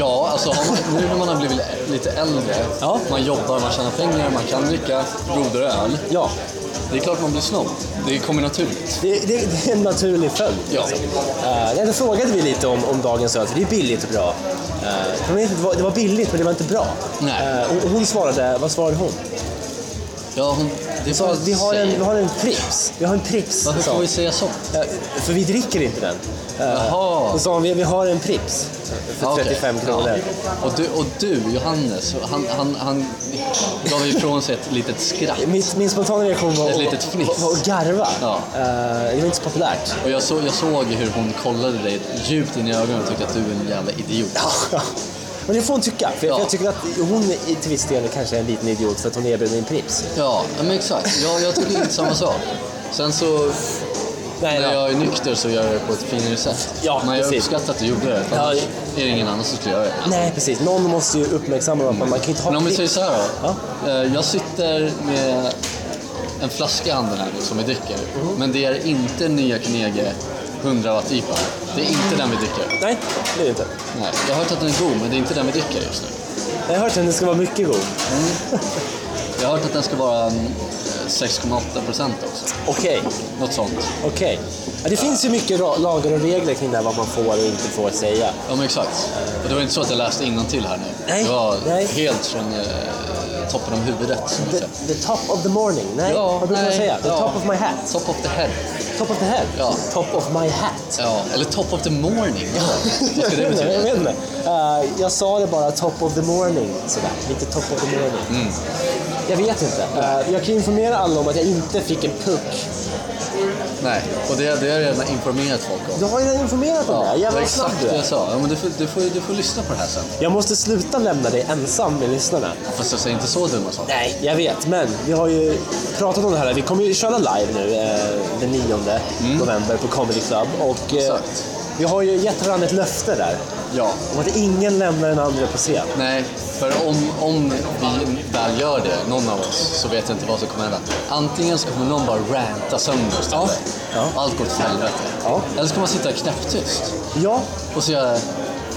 B: ja alltså har man, nu när man har blivit lite äldre,
A: Ja.
B: man jobbar, man tjänar pengar, man kan dricka broderöl.
A: Ja,
B: Det är klart man blir snobb. Det kommer naturligt.
A: det, det, det är en naturlig följd.
B: Ja.
A: Eh, nej, då frågade vi lite om, om dagens öl, för det är billigt och bra. Eh, jag vet inte, det, var, det var billigt, men det var inte bra.
B: Nej.
A: Eh, och, och hon svarade, vad svarade hon?
B: ja hon, det
A: Sa,
B: får
A: vi, har en,
B: säga.
A: vi har en Pripps. Vi har en Pripps.
B: Varför
A: sa
B: får
A: hon.
B: vi säga så?
A: Eh, för vi dricker inte den. Eh,
B: Jaha.
A: Då sa hon, vi, vi har en Pripps
B: Ja,
A: för
B: okej.
A: 35 kronor.
B: Ja. Och, du, och du, Johannes, han, han, han gav ifrån sig ett litet skratt.
A: Min, min spontana reaktion var,
B: Ett litet fniss.
A: var att garva.
B: Ja.
A: Eh, det var inte så populärt.
B: Och jag, så, jag såg hur hon kollade dig djupt in i ögonen och tyckte att du är en jävla idiot.
A: [LAUGHS] Men det får hon tycka. För jag-
B: Ja.
A: för jag tycker att hon i- till viss del kanske är en liten idiot för att hon erbjuder en Pripps.
B: Ja, men exakt. Jag, jag tycker lite samma sak. Sen så,
A: Nej,
B: när
A: ja.
B: jag är nykter så gör jag det på ett finare sätt.
A: Ja,
B: men jag
A: precis.
B: uppskattar att du gjorde det. för
A: Ja.
B: Annars är det ingen annan som skulle göra det.
A: Nej, precis. Någon måste ju uppmärksamma dem. Man kan ju inte ha
B: Men om vi
A: Pripps.
B: säger så här då. Eh, Jag sitter med en flaska i handen här nu som vi dricker.
A: Mhm.
B: Men det är inte Nya Carnegie 100 watt IPA. Det är inte den vi dricker.
A: Nej, det är det inte.
B: Nej, jag har hört att den är god, men det är inte den vi dricker just nu.
A: Jag har hört att den ska vara mycket god.
B: Jag har hört att den ska vara mm, 6,8 procent också.
A: Okej,
B: Något sånt.
A: okej. Ja, det finns ju mycket ra- lagar och regler kring det här, vad man får och inte får säga.
B: Ja, men exakt. Och det var inte så att jag läste till här nu.
A: Nej,
B: Det var
A: nej.
B: helt från eh, toppen av huvudet, som man
A: The,
B: säger.
A: the top of the morning. Nej,
B: Ja,
A: vad brukar man
B: nej,
A: säga? The
B: ja.
A: top of my hat.
B: Top of the head.
A: Top of the head?
B: Ja.
A: Top of my hat.
B: Ja, eller top of the morning. Vad
A: [LAUGHS] Jag
B: ska det
A: vet inte,
B: betyda?
A: jag vet inte. Eh, jag sa det bara top of the morning, sådär. Lite top of the morning.
B: Mm.
A: Jag vet inte. Eh, jag kan informera alla om att jag inte fick en puck.
B: Nej, och det, det har jag redan informerat folk om.
A: Du har ju redan informerat om det.
B: det var
A: Jävla snabb
B: exakt
A: du
B: det
A: är.
B: jag sa. Ja, men du, får, du, får, du får lyssna på det här sen.
A: Jag måste sluta lämna dig ensam med lyssnarna.
B: Fast jag säger inte så dumma saker.
A: Nej, jag vet. Men vi har ju pratat om det här. Vi kommer ju köra live nu eh, den 9 november på Comedy Club. Och, eh,
B: Mm. Exakt.
A: Vi har ju gett varandra ett löfte där.
B: Ja.
A: Om att ingen lämnar den andra på scen.
B: Nej, för om, om vi väl gör det, någon av oss, så vet jag inte vad som kommer hända. Antingen så kommer någon bara ranta sönder oss till dig.
A: Ja.
B: Allt går åt helvete.
A: Ja.
B: Eller så kommer man sitta knäpptyst
A: Ja,
B: och så göra,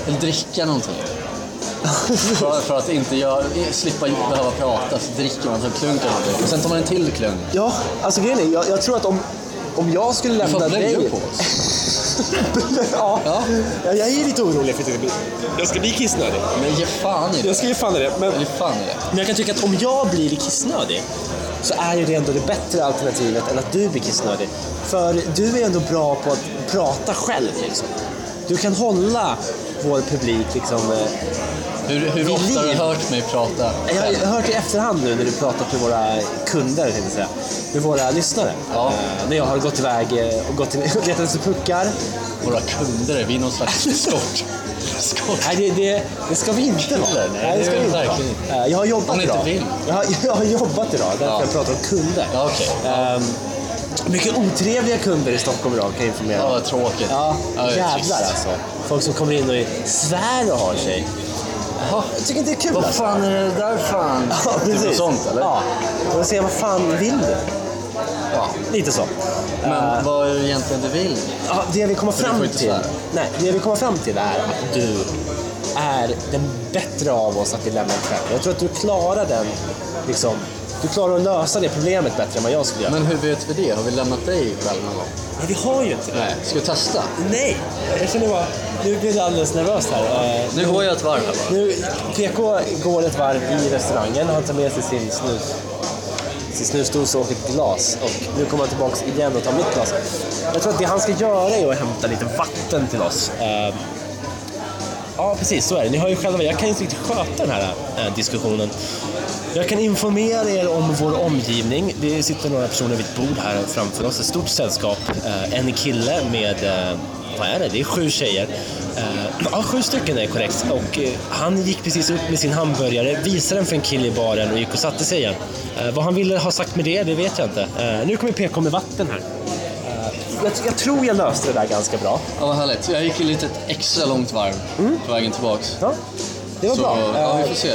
B: eller
A: [LAUGHS]
B: dricka någonting. för, för att inte göra, slippa behöva prata så dricker man typ klunk eller någonting. Och sen tar man en till klunk.
A: ja. Alltså grejen är, jag, jag tror att om, om jag skulle
B: Du
A: lämna
B: får blöjor
A: dig...
B: på oss.
A: [LAUGHS] ja.
B: Ja.
A: ja, jag är lite orolig för att det blir... Jag ska bli kissnödig.
B: Men ge fan i det.
A: Jag ska ju fan i det. Men,
B: Ge fan i det.
A: men jag kan tycka att om jag blir kissnödig så är ju det ändå det bättre alternativet än att du blir kissnödig. För du är ändå bra på att prata själv liksom. Du kan hålla vår publik liksom... eh,
B: Hur, hur
A: Vi
B: ofta har du
A: liv.
B: hört mig prata
A: Jag
B: själv?
A: har hört i efterhand nu när du pratat med våra kunder, tänkte jag säga, med våra lyssnare.
B: Ja.
A: Eh, när jag har gått iväg eh, och gått till, och [LAUGHS] letat efter puckar.
B: Våra kunder, vi är
A: [LAUGHS]
B: någon slags skort. skort.
A: Nej, det, det, det ska vi inte vara.
B: Nej, det är verkligen
A: vara. Eh, Jag har jobbat
B: Om ni inte
A: idag.
B: vill.
A: Jag har, [LAUGHS] jag har jobbat idag, därför
B: Ja.
A: jag pratar om kunder.
B: Ja, okej.
A: Ehm, mycket otrevliga kunder i Stockholm idag, kan jag informera
B: Ja,
A: om.
B: vad tråkigt.
A: Ja,
B: det är
A: jävlar
B: trist.
A: alltså. Folk som kommer in och svär och har sig.
B: Jaha,
A: Jag tycker inte det är kul
B: Vad
A: alltså.
B: fan är det där fan?
A: Ja,
B: Typ
A: precis.
B: något sånt eller?
A: Ja. Och då säger jag, vad fan vill du?
B: Ja.
A: Lite så.
B: Men vad är det egentligen du vill?
A: Ja, det vi kommer
B: du får
A: fram
B: inte
A: till,
B: svära.
A: nej, det vi kommer fram till är att du är den bättre av oss att vi lämnar själv. Jag tror att du klarar den, liksom, du klarar att lösa det problemet bättre än vad jag skulle göra.
B: Men hur vet vi det? Har vi lämnat dig väl någon gång?
A: Men vi har ju inte det.
B: Nej. Ska vi testa?
A: Nej! Jag känner bara, nu blir jag alldeles nervös här. Eh,
B: Nu går jag ett varv här bara.
A: Nu, PK går ett varv i restaurangen. Han tar med sig sin snus. Sin snusdosa och ett glas. Och nu kommer han tillbaks igen och tar mitt glas. Jag tror att det han ska göra är att hämta lite vatten till oss. Eh, ja, precis så är det. Ni hör ju själva, jag kan inte riktigt sköta den här eh, diskussionen. Jag kan informera er om vår omgivning. Det sitter några personer vid ett bord här framför oss. Ett stort sällskap. Eh, en kille med, eh, vad är det? Det är sju tjejer. Eh, ja, sju stycken är korrekt. Och eh, han gick precis upp med sin hamburgare, visade den för en kille i baren och gick och satte sig igen. Eh, vad han ville ha sagt med det, det vet jag inte. Eh, nu kommer PK med vatten här. Eh, jag, jag tror jag löste det där ganska bra.
B: Ja, vad härligt. Jag gick ju lite ett extra långt varv på vägen tillbaks.
A: Ja, det var
B: Så,
A: bra.
B: ja, vi
A: Eh,
B: får se.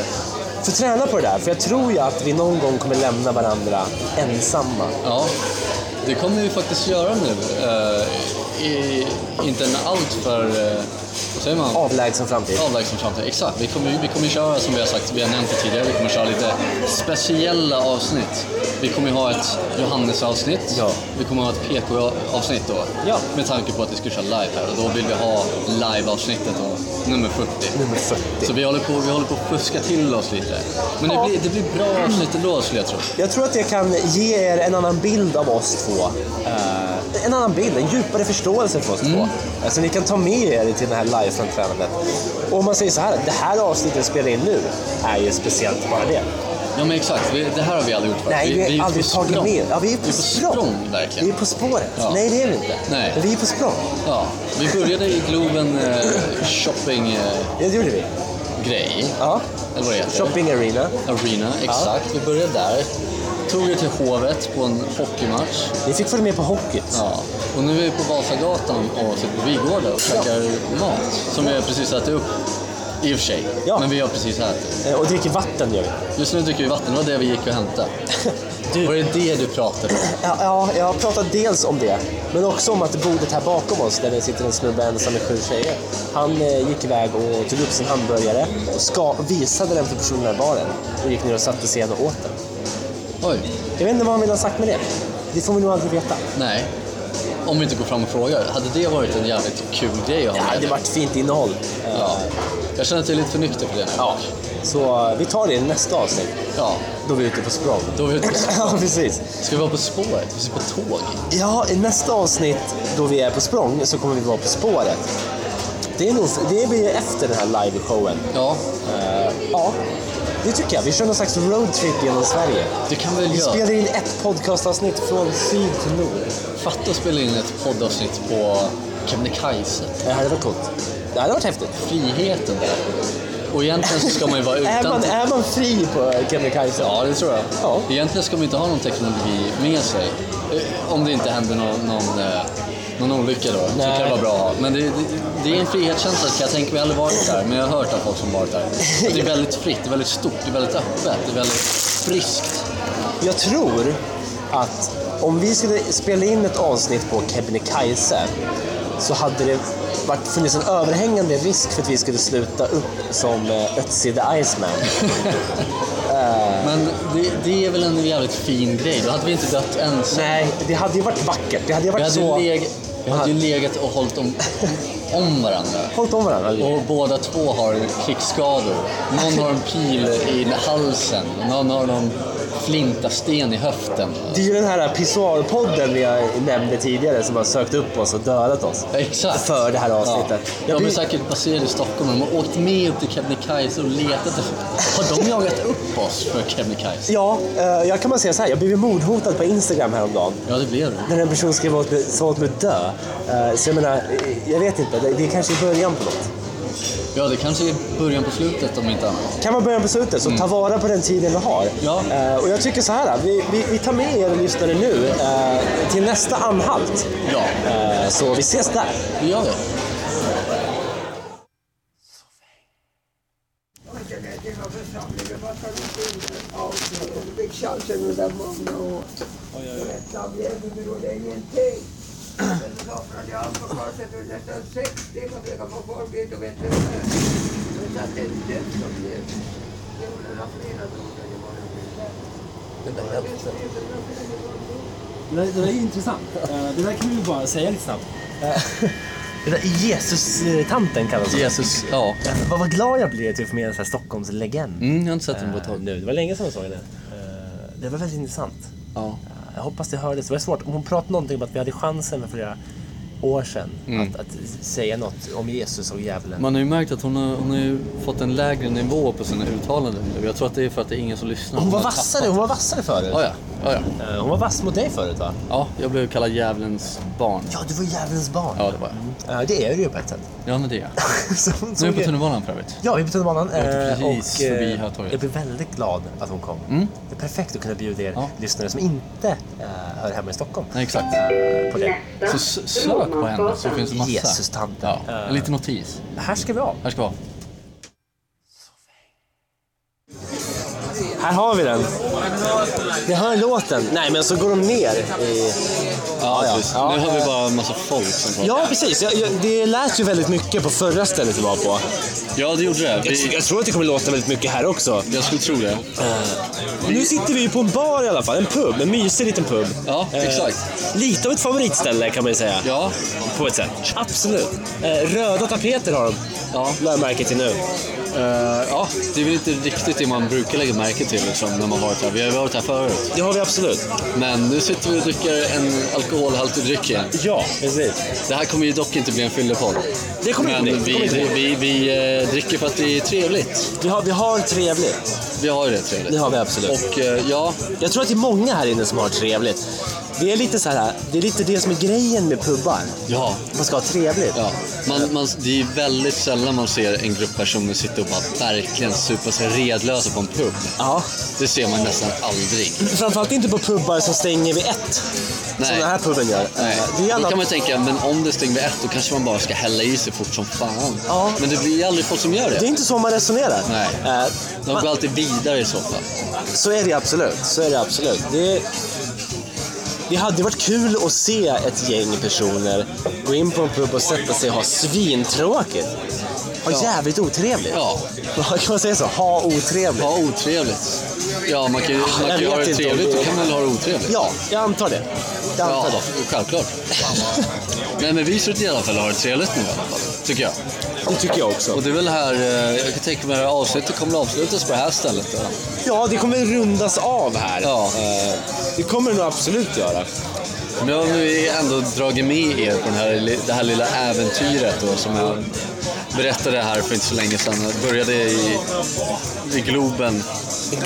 A: Så träna på det där, för jag tror ju att vi någon gång kommer lämna varandra ensamma.
B: Ja, det kommer vi faktiskt göra nu. eh, i, inte en alltför, eh, vad säger man?
A: Avlägsen framtid.
B: Avlägsen framtid. Exakt, vi kommer, ju- vi kommer ju köra som vi har sagt, vi har nämnt det tidigare, vi kommer köra lite speciella avsnitt. Vi kommer ju ha ett Johannes-avsnitt,
A: Ja.
B: vi kommer ha ett PK-avsnitt då.
A: Ja.
B: Med tanke på att vi ska köra live här och då vill vi ha live-avsnittet då, nummer 40.
A: Nummer 40.
B: Så vi håller, på, vi håller på att fuska till oss lite. Men
A: Ja.
B: det, blir, det blir bra avsnitt ändå skulle jag tro.
A: Jag tror att det kan ge er en annan bild av oss två. Eh, en annan bild, en djupare förståelse för oss två.
B: Mm.
A: Eh, Så ni kan ta med er till det här live-framträdandet. Och om man säger så här, det här avsnittet vi spelar in nu är ju speciellt bara det.
B: Ja men exakt, vi, det här har vi aldrig gjort förut.
A: Nej, vi
B: är
A: har
B: på
A: aldrig tagit
B: språng.
A: med. Ja, vi är på
B: på språng,
A: språng.
B: verkligen.
A: Vi är på spåret.
B: Ja.
A: Nej, det är vi inte.
B: Nej.
A: Men vi är på språng.
B: Ja, vi började i Globen eh, shopping eh,
A: Ja, det gjorde vi.
B: grej.
A: Ja.
B: Eller vad heter det?
A: Shopping Arena.
B: Arena, exakt. Vi började där. Tog er till Hovet på en hockeymatch.
A: Ni fick följa med på hockeyt.
B: Ja. Och nu är vi på Vasagatan och sitter på Vigårda och käkar mat. Som vi har precis ätit upp. I och för sig.
A: Ja.
B: Men vi har precis ätit.
A: Eh, Och dricker vatten gör vi.
B: Just nu dricker vi vatten. Det var det vi gick och hämtade.
A: [LAUGHS] Du.
B: Var det det du pratade om?
A: Ja, ja, jag har pratat dels om det, men också om att bordet här bakom oss, där det sitter en snubbe ensam med sju tjejer. Han eh, gick iväg och tog upp sin hamburgare, och ska, visade den för personerna i baren och gick ner och satte sig igen och åt den.
B: Oj.
A: Jag vet inte vad han ville ha sagt med det. Det får vi nog aldrig veta.
B: Nej. Om vi inte går fram och frågar. Hade det varit en jävligt kul grej att
A: Ja,
B: ha
A: det
B: med?
A: var ett fint innehåll. Eh,
B: Ja. Jag känner att jag är lite för nykter för det nu. Ja.
A: Så eh, vi tar det i nästa avsnitt,
B: ja.
A: då vi är ute på språng.
B: Då är vi ute på
A: [LAUGHS] ja, precis.
B: Ska vi vara på spåret? Vi ska på tåg.
A: Ja, i nästa avsnitt då vi är på språng så kommer vi vara på spåret. Det, är nog, det blir ju efter den här live-showen.
B: Ja,
A: Eh, ja, det tycker jag. Vi kör någon slags roadtrip genom Sverige.
B: det kan vi väl
A: Vi
B: göra.
A: spelar in ett podcastavsnitt från syd till nord.
B: Fatta att spela in ett poddavsnitt på Kebnekaise.
A: Det här hade varit coolt. Det hade varit häftigt.
B: Friheten där. Och egentligen så ska man ju vara
A: [LAUGHS] Är
B: utan...
A: man, är man fri på Kebnekaise?
B: Ja, det tror jag.
A: Ja.
B: Egentligen ska man inte ha någon teknologi med sig. Eh, Om det inte händer någon, någon eh, någon olycka då. Så
A: Nej.
B: kan det vara bra att ha. Men det, det, det är en frihetskänsla. kan Jag tänker mig jag har aldrig varit där, men jag har hört av folk som varit där. Och Det är väldigt fritt, det är väldigt stort, det är väldigt öppet, det är väldigt friskt.
A: Jag tror att om vi skulle spela in ett avsnitt på Kebnekaise så hade det varit, funnits en överhängande risk för att vi skulle sluta upp som eh, Ötzi the Iceman.
B: Men det, det är väl en jävligt fin grej. Då hade vi inte dött ens.
A: Nej, det hade ju varit vackert. Det hade ju
B: Vi
A: varit
B: hade,
A: så...
B: ju leg, vi hade ju legat och hållit om, om varandra.
A: Hållit om varandra. hade vi.
B: Och båda två har krigsskador. Någon har en pil i halsen, någon har någon flintasten i höften.
A: Det är ju den här pissoarpodden jag nämnde tidigare som har sökt upp oss och dödat oss.
B: Ja, Exakt.
A: För det här avsnittet.
B: Ja.
A: Jag
B: De är
A: blir-
B: säkert baserade i Stockholm. De har åkt med upp till Kebnekaise och letat efter... Har de jagat upp oss för Kebnekaise?
A: Ja, eh, jag kan bara säga så här. Jag blev ju mordhotad på Instagram häromdagen.
B: Ja, det blev det.
A: När en person skrev åt mig, sa åt mig dö. Eh, Så jag menar, eh, jag vet inte. Det det är kanske är början på något.
B: Ja, det kanske är början på slutet om inte annat.
A: Kan man börja på slutet, så ta vara på den tiden vi har.
B: Ja.
A: Eh, Och jag tycker så här. Vi, vi, vi tar med er lyssnare nu eh, till nästa anhalt.
B: Ja,
A: Eh, Så vi ses där.
B: vi gör det.
C: Jag fick chansen under många år. Jag blev inte beroende ingenting. Sen loppade jag av på korset och nästan 60 och försökte få folk dit och vet inte vad. Så att det inte som blev. Jag gjorde några flera dagar, jag var en viss vän. Jag visste inte några flera dagar.
A: Det där är intressant. Eh, Det där kan vi bara säga lite snabbt. [LAUGHS] Det där Jesus-tanten kallas hon.
B: Jesus, ja.
A: Vad, vad glad jag blir att jag får med en sån här Stockholmslegend.
B: Mm, jag har inte sett den på ett
A: Eh,
B: tag.
A: nu. Det var länge sedan jag såg henne. Eh, Det var väldigt intressant.
B: Ja.
A: Eh, Jag hoppas det hördes. Det var svårt. Hon pratade någonting om att vi hade chansen för flera år sedan att, att säga något om Jesus och djävulen.
D: Man har ju märkt att hon har, hon har ju fått en lägre nivå på sina uttalanden nu. Jag tror att det är för att det är ingen som lyssnar.
A: Hon var
D: har
A: vassare, hon var vassare förut.
D: tappat- Ja, ja, ja, ja.
A: Eh, Hon var vass mot dig förut va?
D: Ja, jag blev kallad djävulens barn.
A: Ja, du var djävulens barn.
D: Ja, det var jag.
A: Eh, Det är du ju på ett sätt. [LAUGHS]
D: Ja, men det är jag.
A: Så hon
D: Nu är
A: såg
D: jag på
A: ju-
D: tunnelbanan för övrigt.
A: Ja, vi är på tunnelbanan.
D: Jag åkte
A: eh,
D: precis
A: och, eh,
D: förbi Hötorget.
A: Jag blir väldigt glad att hon kom. Det är perfekt att kunna bjuda er
D: Ja.
A: lyssnare som inte eh, hör hemma i Stockholm
D: Nej, exakt.
A: på det.
D: Så s- sök på henne så finns det massa.
A: Jesus-tanten.
D: Ja, en liten notis.
A: Här ska vi av.
D: Här ska vara.
A: Här har vi den. Ni hör låten. Nej, men så går de ner i...
D: Ja,
A: ja.
D: precis.
A: Ja,
D: Nu har vi bara en massa folk som pratar.
A: Ja, precis. Jag, jag, det lät ju väldigt mycket på förra stället vi var på.
D: Ja, det gjorde det.
A: Jag,
D: Vi,
A: jag tror att det kommer låta väldigt mycket här också.
D: jag skulle tro det.
A: Nu sitter vi ju på en bar i alla fall. En pub. En mysig liten pub.
D: Ja,
A: Eh,
D: exakt.
A: Lite av ett favoritställe kan man ju säga.
D: Ja,
A: På ett sätt. Absolut. Eh, röda tapeter har de.
D: Ja.
A: Lade jag märke till nu.
D: eh, ja, det är väl inte riktigt det man brukar lägga märke till liksom, när man varit här. Vi har ju varit här förut.
A: Det har vi absolut.
D: Men nu sitter vi och dricker en alkoholhaltig dryck igen.
A: Ja, precis.
D: Det här kommer ju dock inte bli en fyllepodd.
A: Det kommer
D: Men
A: inte bli. Det kommer
D: vi,
A: inte bli.
D: vi, vi eh, dricker för att det är trevligt.
A: Vi har, vi har trevligt.
D: Vi har ju det trevligt.
A: Det har vi absolut.
D: Och eh, ja,
A: Jag tror att det är många här inne som har trevligt. Det är lite så här, det är lite det som är grejen med pubbar.
D: ja,
A: Man ska ha trevligt.
D: ja. Man, man, det är väldigt sällan man ser en grupp personer sitta och bara verkligen supa sig redlösa på en pub.
A: Ja.
D: Det ser man nästan aldrig.
A: Framförallt inte på pubbar som stänger vid ett. Som
D: Nej.
A: den här puben gör.
D: Nej.
A: Det är
D: Då
A: alla...
D: kan man tänka, men om det stänger vid ett, då kanske man bara ska hälla i sig fort som fan.
A: Ja.
D: Men det blir ju aldrig folk som gör
A: Det är
D: det.
A: inte så man resonerar.
D: Nej.
A: Eh,
D: De går alltid vidare i så fall.
A: Så är det absolut. Så är det absolut. Det, det hade varit kul att se ett gäng personer gå in på en pub och sätta sig och ha svintråkigt. Ha jävligt otrevligt.
D: Ja.
A: Kan man säga så? Ha otrevligt.
D: Ja, otrevligt. Ja, man kan ju, man kan ju
A: vet
D: ha det
A: inte om
D: trevligt,
A: det-
D: då kan man väl ha det otrevligt.
A: Ja, jag antar det. Jag antar
D: Ja, självklart. Nej, men vi ser ut i alla fall att ha det trevligt nu i alla fall, tycker jag.
A: det. Det tycker jag också.
D: Och det är väl här, eh, jag kan tänka mig att det här avsnittet kommer att avslutas på det här stället. Då.
A: Ja, det kommer rundas av här.
D: Ja.
A: Eh, Det kommer det nog absolut göra.
D: Men jag har nu ändå dragit med er på den här, li- det här lilla äventyret då, som jag berättade här för inte så länge sedan. Jag började i, i Globen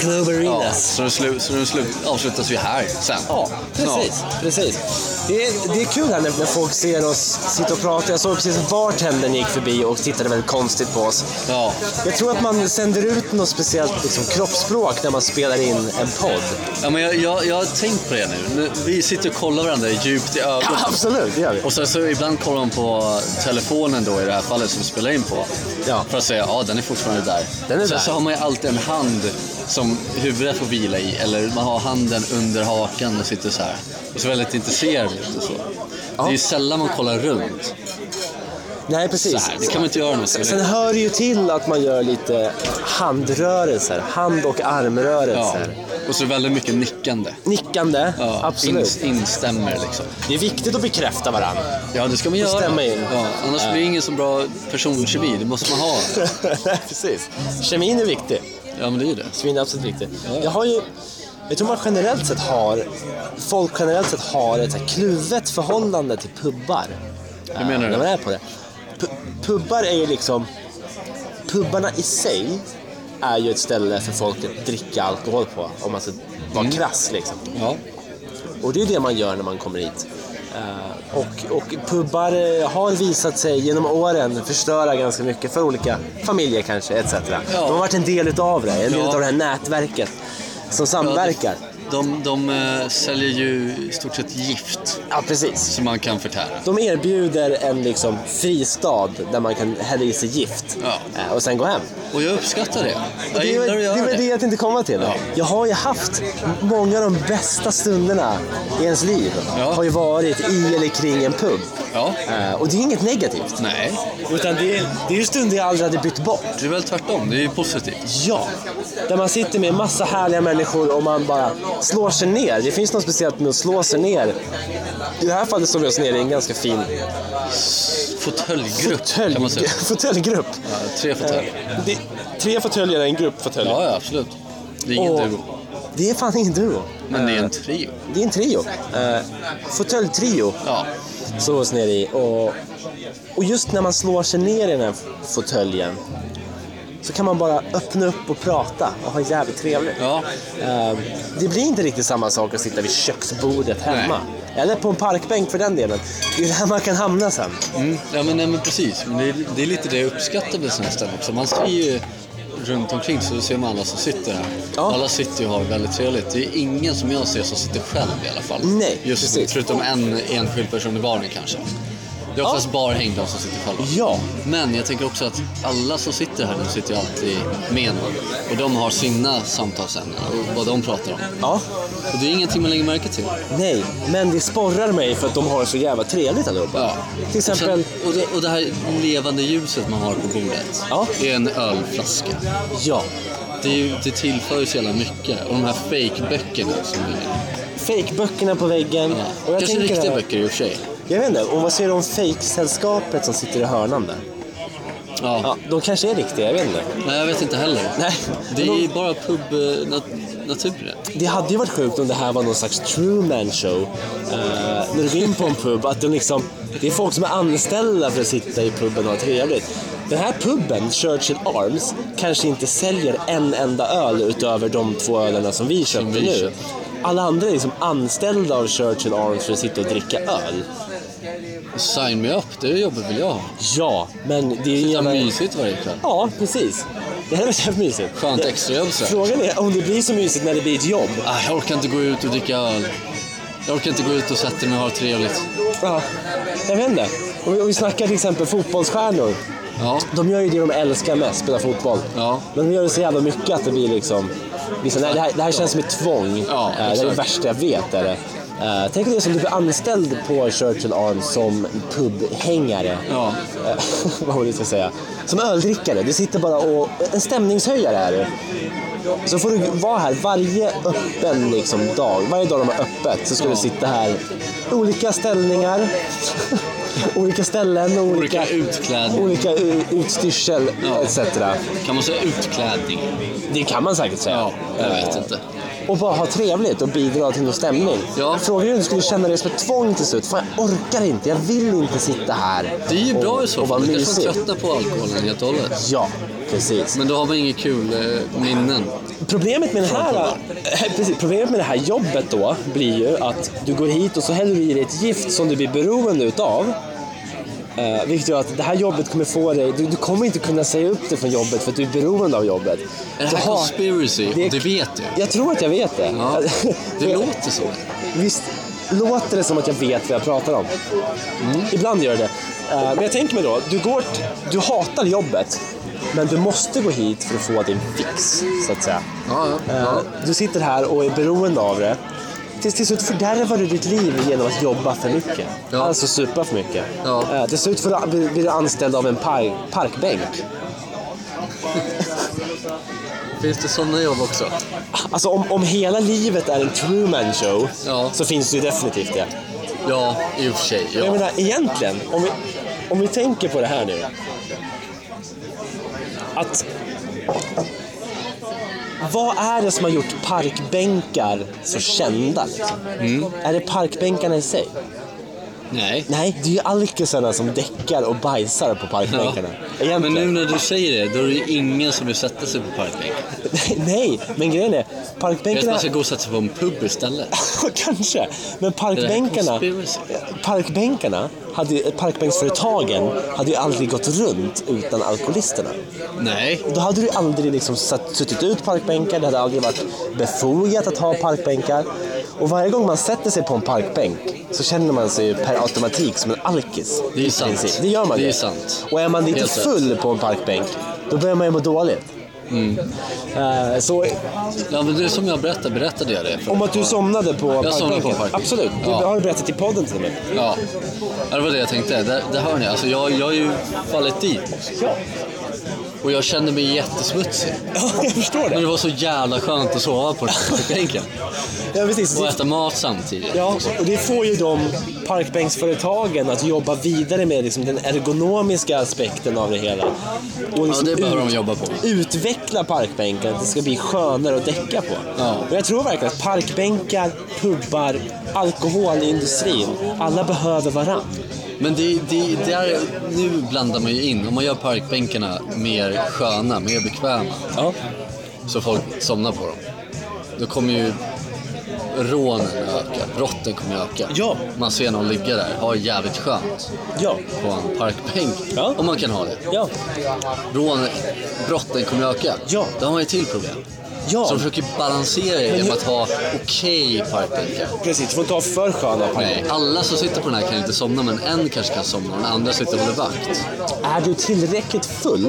A: Globerinas.
B: så den, slu, så den slu, avslutas ju här sen.
A: Ja, precis. precis. Det, är, det är kul här när när folk ser oss sitta och prata. Jag såg precis att bartendern gick förbi och tittade väldigt konstigt på oss.
B: Ja.
A: Jag tror att man sänder ut något speciellt liksom, kroppsspråk när man spelar in en podd.
B: ja men jag, jag, jag har tänkt på det nu. nu. Vi sitter och kollar varandra djupt i ögonen.
A: Absolut, det gör vi.
B: Och sen så ibland kollar de på telefonen då i det här fallet som vi spelar in på.
A: Ja.
B: För att säga, ja den är fortfarande där.
A: Den är
B: sen
A: där.
B: så har man ju alltid en hand som huvudet får vila i. Eller man har handen under hakan och sitter så här. Och så väldigt intresserad ut och så. Det är ju sällan man kollar runt.
A: Nej,
B: Så
A: precis.
B: här, det kan man inte göra något
A: Sen hör det ju till att man gör lite handrörelser. Hand och
B: Ja.
A: armrörelser.
B: Och så väldigt mycket nickande.
A: Nickande,
B: Ja,
A: absolut.
B: ins- instämmer liksom.
A: Det är viktigt att bekräfta varandra.
B: Ja, det ska man
A: Och
B: göra.
A: stämma in.
B: Ja, annars blir det ingen så bra personkemi. Det måste man ha.
A: [LAUGHS] Nej, precis. Kemin är viktig.
B: Ja, men det är ju det.
A: Svin är absolut viktigt. Jag har ju... Jag tror man generellt sett har... Folk generellt sett har ett så här kluvet förhållande till pubbar. Hur
B: menar du?
A: När man är på det. Pu- pubbar är ju liksom... Pubbarna i sig är ju ett ställe för folk att dricka alkohol på. Om man ska vara
B: Mm.
A: krass liksom.
B: Ja.
A: Och det är det man gör när man kommer hit. Eh, och, och pubbar eh, har visat sig genom åren förstöra ganska mycket för olika familjer kanske, etc. De har varit en del utav det, en del
B: Ja.
A: utav det här nätverket som samverkar.
B: De, de eh, säljer ju i stort sett gift
A: Ja, precis.
B: som man kan förtära.
A: De erbjuder en liksom fristad där man kan hälla i sig gift
B: Ja.
A: eh, och sen gå hem.
B: Och jag uppskattar det. Jag
A: det, är-
B: gillar att
A: det
B: göra
A: var det
B: det.
A: jag tänkte komma till.
B: Ja.
A: Jag har ju haft många av de bästa stunderna i ens liv.
B: Ja.
A: Har ju varit i eller kring en pub.
B: Ja.
A: Eh, och det är inget negativt.
B: Nej,
A: Utan det är, det är ju stunder jag aldrig hade bytt bort.
B: det är väl tvärtom. Det är ju positivt.
A: Ja. Där man sitter med en massa härliga människor och man bara slår sig ner. Det finns något speciellt med att slå sig ner. I det här fallet slår vi oss ner i en ganska fin
B: Fåtöljgrupp
A: fåtölj,
B: kan
A: [LAUGHS]
B: man säga.
A: fåtöljgrupp.
B: Ja, tre fåtöljer.
A: Det, tre fåtöljer är en grupp fåtöljer.
B: Ja, ja, absolut. Det är ingen
A: Och-
B: duo,
A: Det är fan ingen duo.
B: men det är en trio.
A: Det är en trio. Eh, Fåtöljtrio
B: Ja,
A: slår vi oss ner i. Och, och just när man slår sig ner i den här fåtöljen så kan man bara öppna upp och prata och ha jävligt trevligt.
B: ja.
A: Eh, Det blir inte riktigt samma sak att sitta vid köksbordet hemma. Eller på en parkbänk för den delen. Det är ju där man kan hamna sen.
B: Mm. ja men, nej, men precis. Men det, är, det är lite det jag uppskattar med sådana här ställen också. Man ser ju runt omkring så ser man alla som sitter här.
A: Ja.
B: Alla sitter ju och har väldigt trevligt. Det är ingen som jag ser som sitter själv i alla fall.
A: Nej,
B: Just
A: precis.
B: Förutom en enskild person i baren kanske. Det är oftast bara hängda som sitter själva.
A: Ja.
B: Men jag tänker också att alla som sitter här, de sitter ju alltid med någon. Och de har sina samtalsämnen och vad de pratar om.
A: Ja.
B: Och det är ingenting man lägger märke till.
A: Nej, men det sporrar mig för att de har så jävla trevligt allihopa.
B: Ja.
A: Till exempel,
B: Och, sen, och, det, och det här levande ljuset man har på bordet.
A: Ja.
B: Det är en ölflaska.
A: ja.
B: Det, är ju, det tillför ju så jävla mycket. Och de här fake-böckerna som ligger.
A: Fejkböckerna på väggen.
B: Ja.
A: Och jag
B: Kanske
A: tänker
B: riktiga
A: här-
B: böcker i och för sig.
A: Jag vet inte, och vad säger du om fejksällskapet som sitter i hörnan där?
B: Ja.
A: Ja, de kanske är riktiga, jag vet inte.
B: Nej, jag vet inte heller.
A: Nej,
B: Det är
A: men
B: ju
A: de,
B: bara eh, pub-naturen.
A: det hade ju varit sjukt om det här var någon slags Truman show. Eh, när du går in på en pub, att de liksom, det är folk som är anställda för att sitta i puben och ha trevligt. Den här puben, Churchill Arms, kanske inte säljer en enda öl utöver de två ölerna som vi köpte
B: vi
A: nu.
B: köpte.
A: Alla andra är liksom anställda av Churchill Arms för att sitta och dricka öl.
B: Sign me up, det jobbet vill jag ha.
A: Ja, men det är ju
B: Det är
A: jävla-
B: mysigt varje kväll.
A: Ja, precis. Det hade varit jävligt mysigt.
B: Skönt
A: Det-
B: extrajobb så. här.
A: Frågan är om det blir så mysigt när det blir ett jobb.
B: Ah, jag orkar inte gå ut och dricka öl. Jag orkar inte gå ut och sätta mig och ha det trevligt.
A: Ja. Jag vet inte. Om vi, om vi snackar till exempel fotbollsstjärnor.
B: Ja,
A: De gör ju det de älskar mest, spela fotboll.
B: Ja.
A: Men de gör det så jävla mycket att det blir liksom... Vissa, nej, det, här, det här känns som ett tvång.
B: Ja,
A: Eh, det är det
B: exakt.
A: värsta jag vet. Är det. Eh, tänk dig det som du blir anställd på Churchill Arms som pubhängare.
B: ja.
A: Eh, [LAUGHS] vad var det jag skulle säga? Som öldrickare, du sitter bara och... En stämningshöjare är du. Så får du vara här varje öppen liksom, dag. Varje dag de har öppet så ska du sitta här. Olika ställningar, [LAUGHS] olika ställen, och olika,
B: Olika utklädning.
A: olika u- utstyrsel etc.
B: Kan man säga utklädning?
A: Det kan man säkert säga.
B: Ja, jag vet
A: Eh,
B: inte.
A: Och bara ha trevligt och bidra till någon stämning.
B: Ja.
A: Frågan är om du skulle känna dig som ett tvång till slut. Fan, jag orkar inte. Jag vill inte sitta här
B: Det är ju bra
A: och,
B: i så
A: och vara
B: fall. Då kanske
A: mysig.
B: man tröttnar på alkoholen helt och hållet.
A: Ja, precis.
B: Men då har man inget kul eh, minnen.
A: Problemet med, det här, eh, precis, problemet med det här jobbet då blir ju att du går hit och så häller du i dig ett gift som du blir beroende utav. Eh, vilket gör att det här jobbet kommer få dig, du, du kommer inte kunna säga upp dig från jobbet för att du är beroende av jobbet.
B: Är det här
A: Du har-
B: conspiracy?
A: det-
B: Det, det vet du.
A: Jag tror att jag vet det. [LAUGHS]
B: Ja.
A: För-
B: Det låter så.
A: Visst låter det som att jag vet vad jag pratar om?
B: Mm.
A: Ibland gör det Eh, Men jag tänker mig då, du, går, t- du hatar jobbet, men du måste gå hit för att få din fix, så att säga.
B: Ja, ja.
A: Eh, Du sitter här och är beroende av det. Tills till slut fördärvar du ditt liv genom att jobba för mycket.
B: Ja.
A: Alltså supa för mycket.
B: Ja.
A: Eh, Till slut får du- blir blir du anställd av en park, parkbänk.
B: Finns det sådana jobb också?
A: Alltså om, om hela livet är en Truman show
B: Ja.
A: så finns det ju definitivt det.
B: Ja, i och för sig.
A: Men Jag
B: Ja.
A: menar egentligen, om vi, om vi tänker på det här nu. Att... Vad är det som har gjort parkbänkar så kända? Liksom?
B: Mm.
A: Är det parkbänkarna i sig?
B: Nej.
A: Nej, det är ju alkisarna som däckar och bajsar på parkbänkarna.
B: Men nu
A: Egentligen.
B: när du säger det, då är det ju ingen som vill sätta sig på parkbänken.
A: [LAUGHS] Nej, men grejen är,
B: Jag vet att
A: parkbänkarna...
B: man ska gå och sätta sig på en pub istället.
A: [LAUGHS] Kanske, men
B: Det här är
A: parkbänkarna...
B: conspiracy.
A: Parkbänkarna, hade, ju- parkbänksföretagen hade ju aldrig gått runt utan alkoholisterna.
B: Nej.
A: Då hade du aldrig liksom satt, suttit ut parkbänkar, det hade aldrig varit befogat att ha parkbänkar. Och varje gång man sätter sig på en parkbänk så känner man sig ju per automatik som en alkis.
B: Det är
A: i
B: sant.
A: princip. Det gör man
B: Det
A: ju.
B: är sant.
A: Och är man inte
B: Helt rätt.
A: full på en parkbänk, då börjar man ju må dåligt.
B: Mm.
A: Eh, så
B: Ja, men det är som jag berättade, berättade jag det? för-
A: om att du somnade på
B: Jag somnade på en parkbänk.
A: Absolut, du
B: Ja.
A: har berättat i podden till
B: [LAUGHS]
A: mig.
B: Ja. ja, det var det jag tänkte. Där, där hör ni, alltså jag, jag har ju fallit dit. Och jag kände mig jättesmutsig.
A: Ja, jag förstår
B: Men
A: det.
B: det var så jävla skönt att sova på den
A: [LAUGHS]
B: här parkbänken.
A: Ja, precis.
B: Och äta mat samtidigt.
A: Ja, och det får ju de parkbänksföretagen att jobba vidare med liksom den ergonomiska aspekten av det hela. Och
B: Ja,
A: liksom
B: det behöver
A: ut-
B: de jobba på.
A: utveckla parkbänken, att det ska bli skönare att däcka på.
B: Ja.
A: Och jag tror verkligen att parkbänkar, pubbar, alkoholindustrin, alla behöver varandra.
B: Men det, det, det är, nu blandar man ju in, om man gör parkbänkarna mer sköna, mer bekväma,
A: Ja.
B: så folk somnar på dem. Då kommer ju rånen öka, brotten kommer öka.
A: Ja.
B: Man ser någon ligga där, ha jävligt skönt
A: Ja.
B: på en parkbänk.
A: Ja.
B: Om man kan ha det.
A: Ja.
B: Rån, brotten kommer öka.
A: Ja.
B: Då har man ju ett till problem.
A: Ja.
B: Så de försöker balansera det genom att ha okej parkbänkar.
A: Precis, du får inte ha för sköna parkbänkar.
B: Nej, alla som sitter på den här kan inte somna, men en kanske kan somna och den andra sitter och håller vakt.
A: Är du tillräckligt full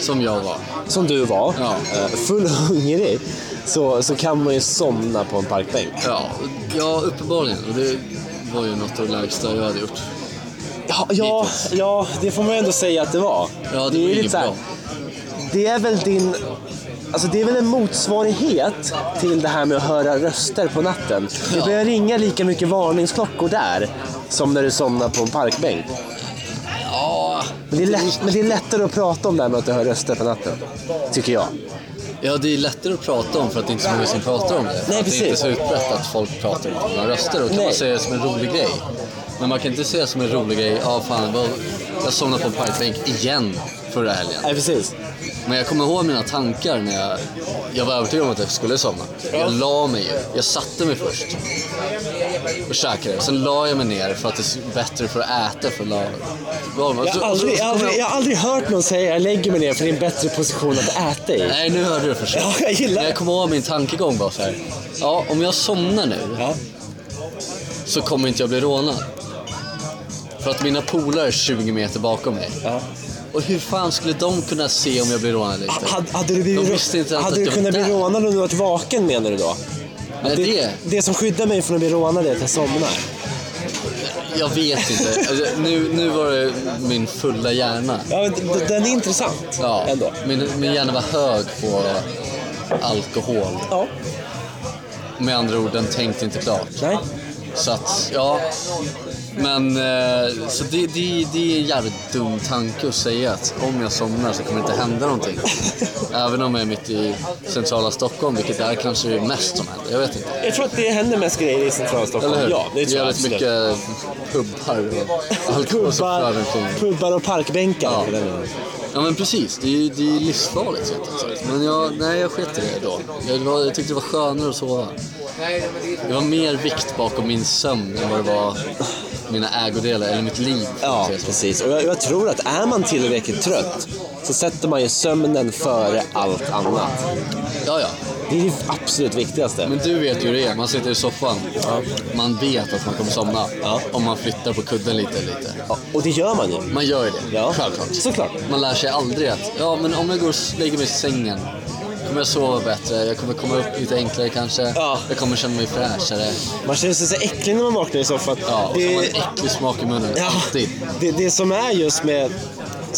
B: Som jag var.
A: som du var,
B: Ja.
A: eh, full och hungrig, så, så kan man ju somna på en parkbänk.
B: Ja, ja uppenbarligen. Och det var ju något av det lägsta jag hade gjort.
A: Ja, ja,
B: Hittills.
A: ja, det får man ju ändå säga att det var.
B: Ja, det,
A: är
B: var
A: ju
B: inget
A: så här,
B: bra.
A: Det är väl din... Alltså det är väl en motsvarighet till det här med att höra röster på natten. Det
B: Ja.
A: börjar ringa lika mycket varningsklockor där som när du somnar på en parkbänk.
B: Ja,
A: Men det är, lätt, men det är lättare att prata om det här med att du hör röster på natten. Tycker jag.
B: ja, det är lättare att prata om för att det är inte är så många som pratar om det. Att
A: precis.
B: Det är inte så utbrett att folk pratar om sina röster. Då kan
A: Nej.
B: man säga det som en rolig grej. Men man kan inte säga som en rolig grej, ja fan, vad- jag somnade på en parkbänk igen förra helgen.
A: Nej, precis.
B: Men jag kommer ihåg mina tankar när jag, jag var övertygad om att jag skulle somna. Jag la mig ju. Jag satte mig först och käkade. Sen la jag mig ner för att det är bättre för att äta för att la
A: Jag har aldrig, jag har aldrig, jag har aldrig hört någon säga jag lägger mig ner för det är en bättre position att äta i.
B: Nej, nu hörde du det först.
A: Ja, jag gillar
B: Men jag kommer ihåg min tankegång var så här. Ja, om jag somnar nu
A: Ja.
B: så kommer inte jag bli rånad. För att mina polare är 20 meter bakom mig.
A: Ja.
B: Och hur fan skulle de kunna se om jag blir rånad eller inte?
A: Hade, hade du, blivit,
B: De visste inte ens
A: hade
B: att
A: du
B: jag
A: kunnat
B: var
A: bli
B: där.
A: rånad om du varit vaken menar du då?
B: Nej,
A: ah, Det, det som skyddar mig från att bli rånad är att jag somnar.
B: Jag vet inte. Alltså, nu, nu var det min fulla hjärna.
A: Ja, men d- den är intressant
B: Ja,
A: ändå.
B: Min, min hjärna var hög på alkohol.
A: Ja.
B: Med andra ord, den tänkte inte klart.
A: Nej.
B: Så att, ja. Men, eh, så det, det, det är en jävligt dum tanke att säga att om jag somnar så kommer det inte
A: [LAUGHS]
B: hända någonting. Även om jag är mitt i centrala Stockholm, vilket är kanske det mest som händer. Jag vet inte.
A: Jag tror att det händer mest grejer i centrala
B: Eller
A: Stockholm.
B: hur?
A: Ja, det tror jag absolut.
B: jävligt mycket pubbar och alkohol som flödar
A: Pubbar,
B: omkring.
A: pubbar och parkbänkar.
B: Ja.
A: för den delen.
B: Ja men precis, det är ju det är ju livsfarligt rent sagt. Men jag, nej, jag sket i det då. Jag, det var, jag tyckte det var skönare att sova. Det var mer vikt bakom min sömn än vad det var mina ägodelar eller mitt liv.
A: Ja, precis. Och jag, jag tror att är man tillräckligt trött så sätter man ju sömnen före allt annat.
B: ja, ja.
A: Det är det absolut viktigaste.
B: Men du vet ju hur det är, man sitter i soffan. Man vet att man kommer somna om man flyttar på kudden lite. lite.
A: Ja, och det gör man ju.
B: Man gör ju det,
A: Ja,
B: självklart.
A: Såklart.
B: Man lär sig aldrig att ja, men om jag går och lägger mig i sängen kommer jag sova bättre, jag kommer komma upp lite enklare kanske,
A: Ja.
B: jag kommer känna mig fräschare.
A: Man känner sig så äcklig när man vaknar i soffan.
B: Ja, och så har man
A: det,
B: en äcklig smak i munnen,
A: [LAUGHS]
B: Typ.
A: ja,
B: alltid.
A: det, det som är just med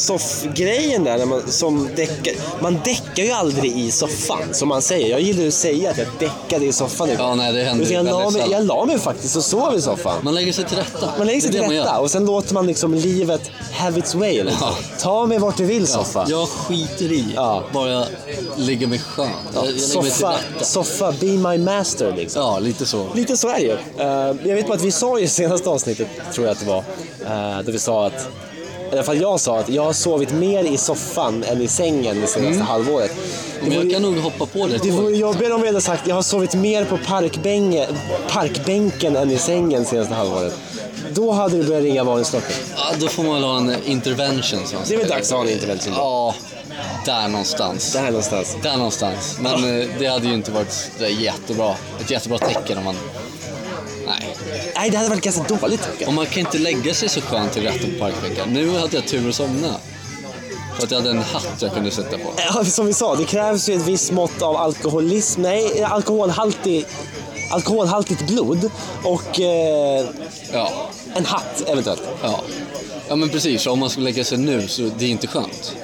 A: soffgrejen där, när man, som däckar, man däckar ju aldrig i soffan som man säger. Jag gillar ju att säga att jag däckade i soffan.
B: Ja, nej, det händer
A: Utan jag, la
B: väldigt
A: mig,
B: sällan.
A: jag la mig faktiskt och sov i soffan.
B: Man lägger sig till rätta.
A: Man lägger sig
B: Det är
A: till
B: det
A: rätta
B: gör.
A: och sen låter man liksom livet have its way. Liksom.
B: Ja.
A: Ta mig vart du vill soffa.
B: Jag skiter i,
A: Ja.
B: bara jag lägger mig skönt. Jag, jag lägger mig till
A: Soffa,
B: rätta.
A: soffa, be my master liksom.
B: Ja, lite så.
A: Lite så är det ju. Eh, jag vet bara att vi sa ju i senaste avsnittet, tror jag att det var, uh, där vi sa att i alla fall jag sa att jag har sovit mer i soffan än i sängen det senaste halvåret. Det
B: Men
A: vore-
B: jag kan nog hoppa på det.
A: det vore jobbigare om vi hade sagt jag har sovit mer på parkbänge, parkbänken än i sängen senaste halvåret. Då hade det börjat ringa varningsklockor.
B: Ja, då får man väl ha en intervention. som man
A: Det är väl
B: säger.
A: dags att ha en intervention då.
B: Ja, där någonstans.
A: Det här någonstans.
B: Där någonstans. Men eh, det hade ju inte varit så där jättebra. Ett jättebra tecken om man... Nej.
A: Nej, det hade varit ganska dåligt tycker jag.
B: Och man kan inte lägga sig så skönt till rätten på parkbänken. Nu hade jag tur att somna. För att jag hade en hatt jag kunde sätta på.
A: Ja, Som vi sa, det krävs ju ett visst mått av alkoholism, nej, alkoholhaltig, alkoholhaltigt blod och eh,
B: Ja,
A: en hatt eventuellt.
B: ja. Ja men precis, Så om man skulle lägga sig nu så det är inte skönt.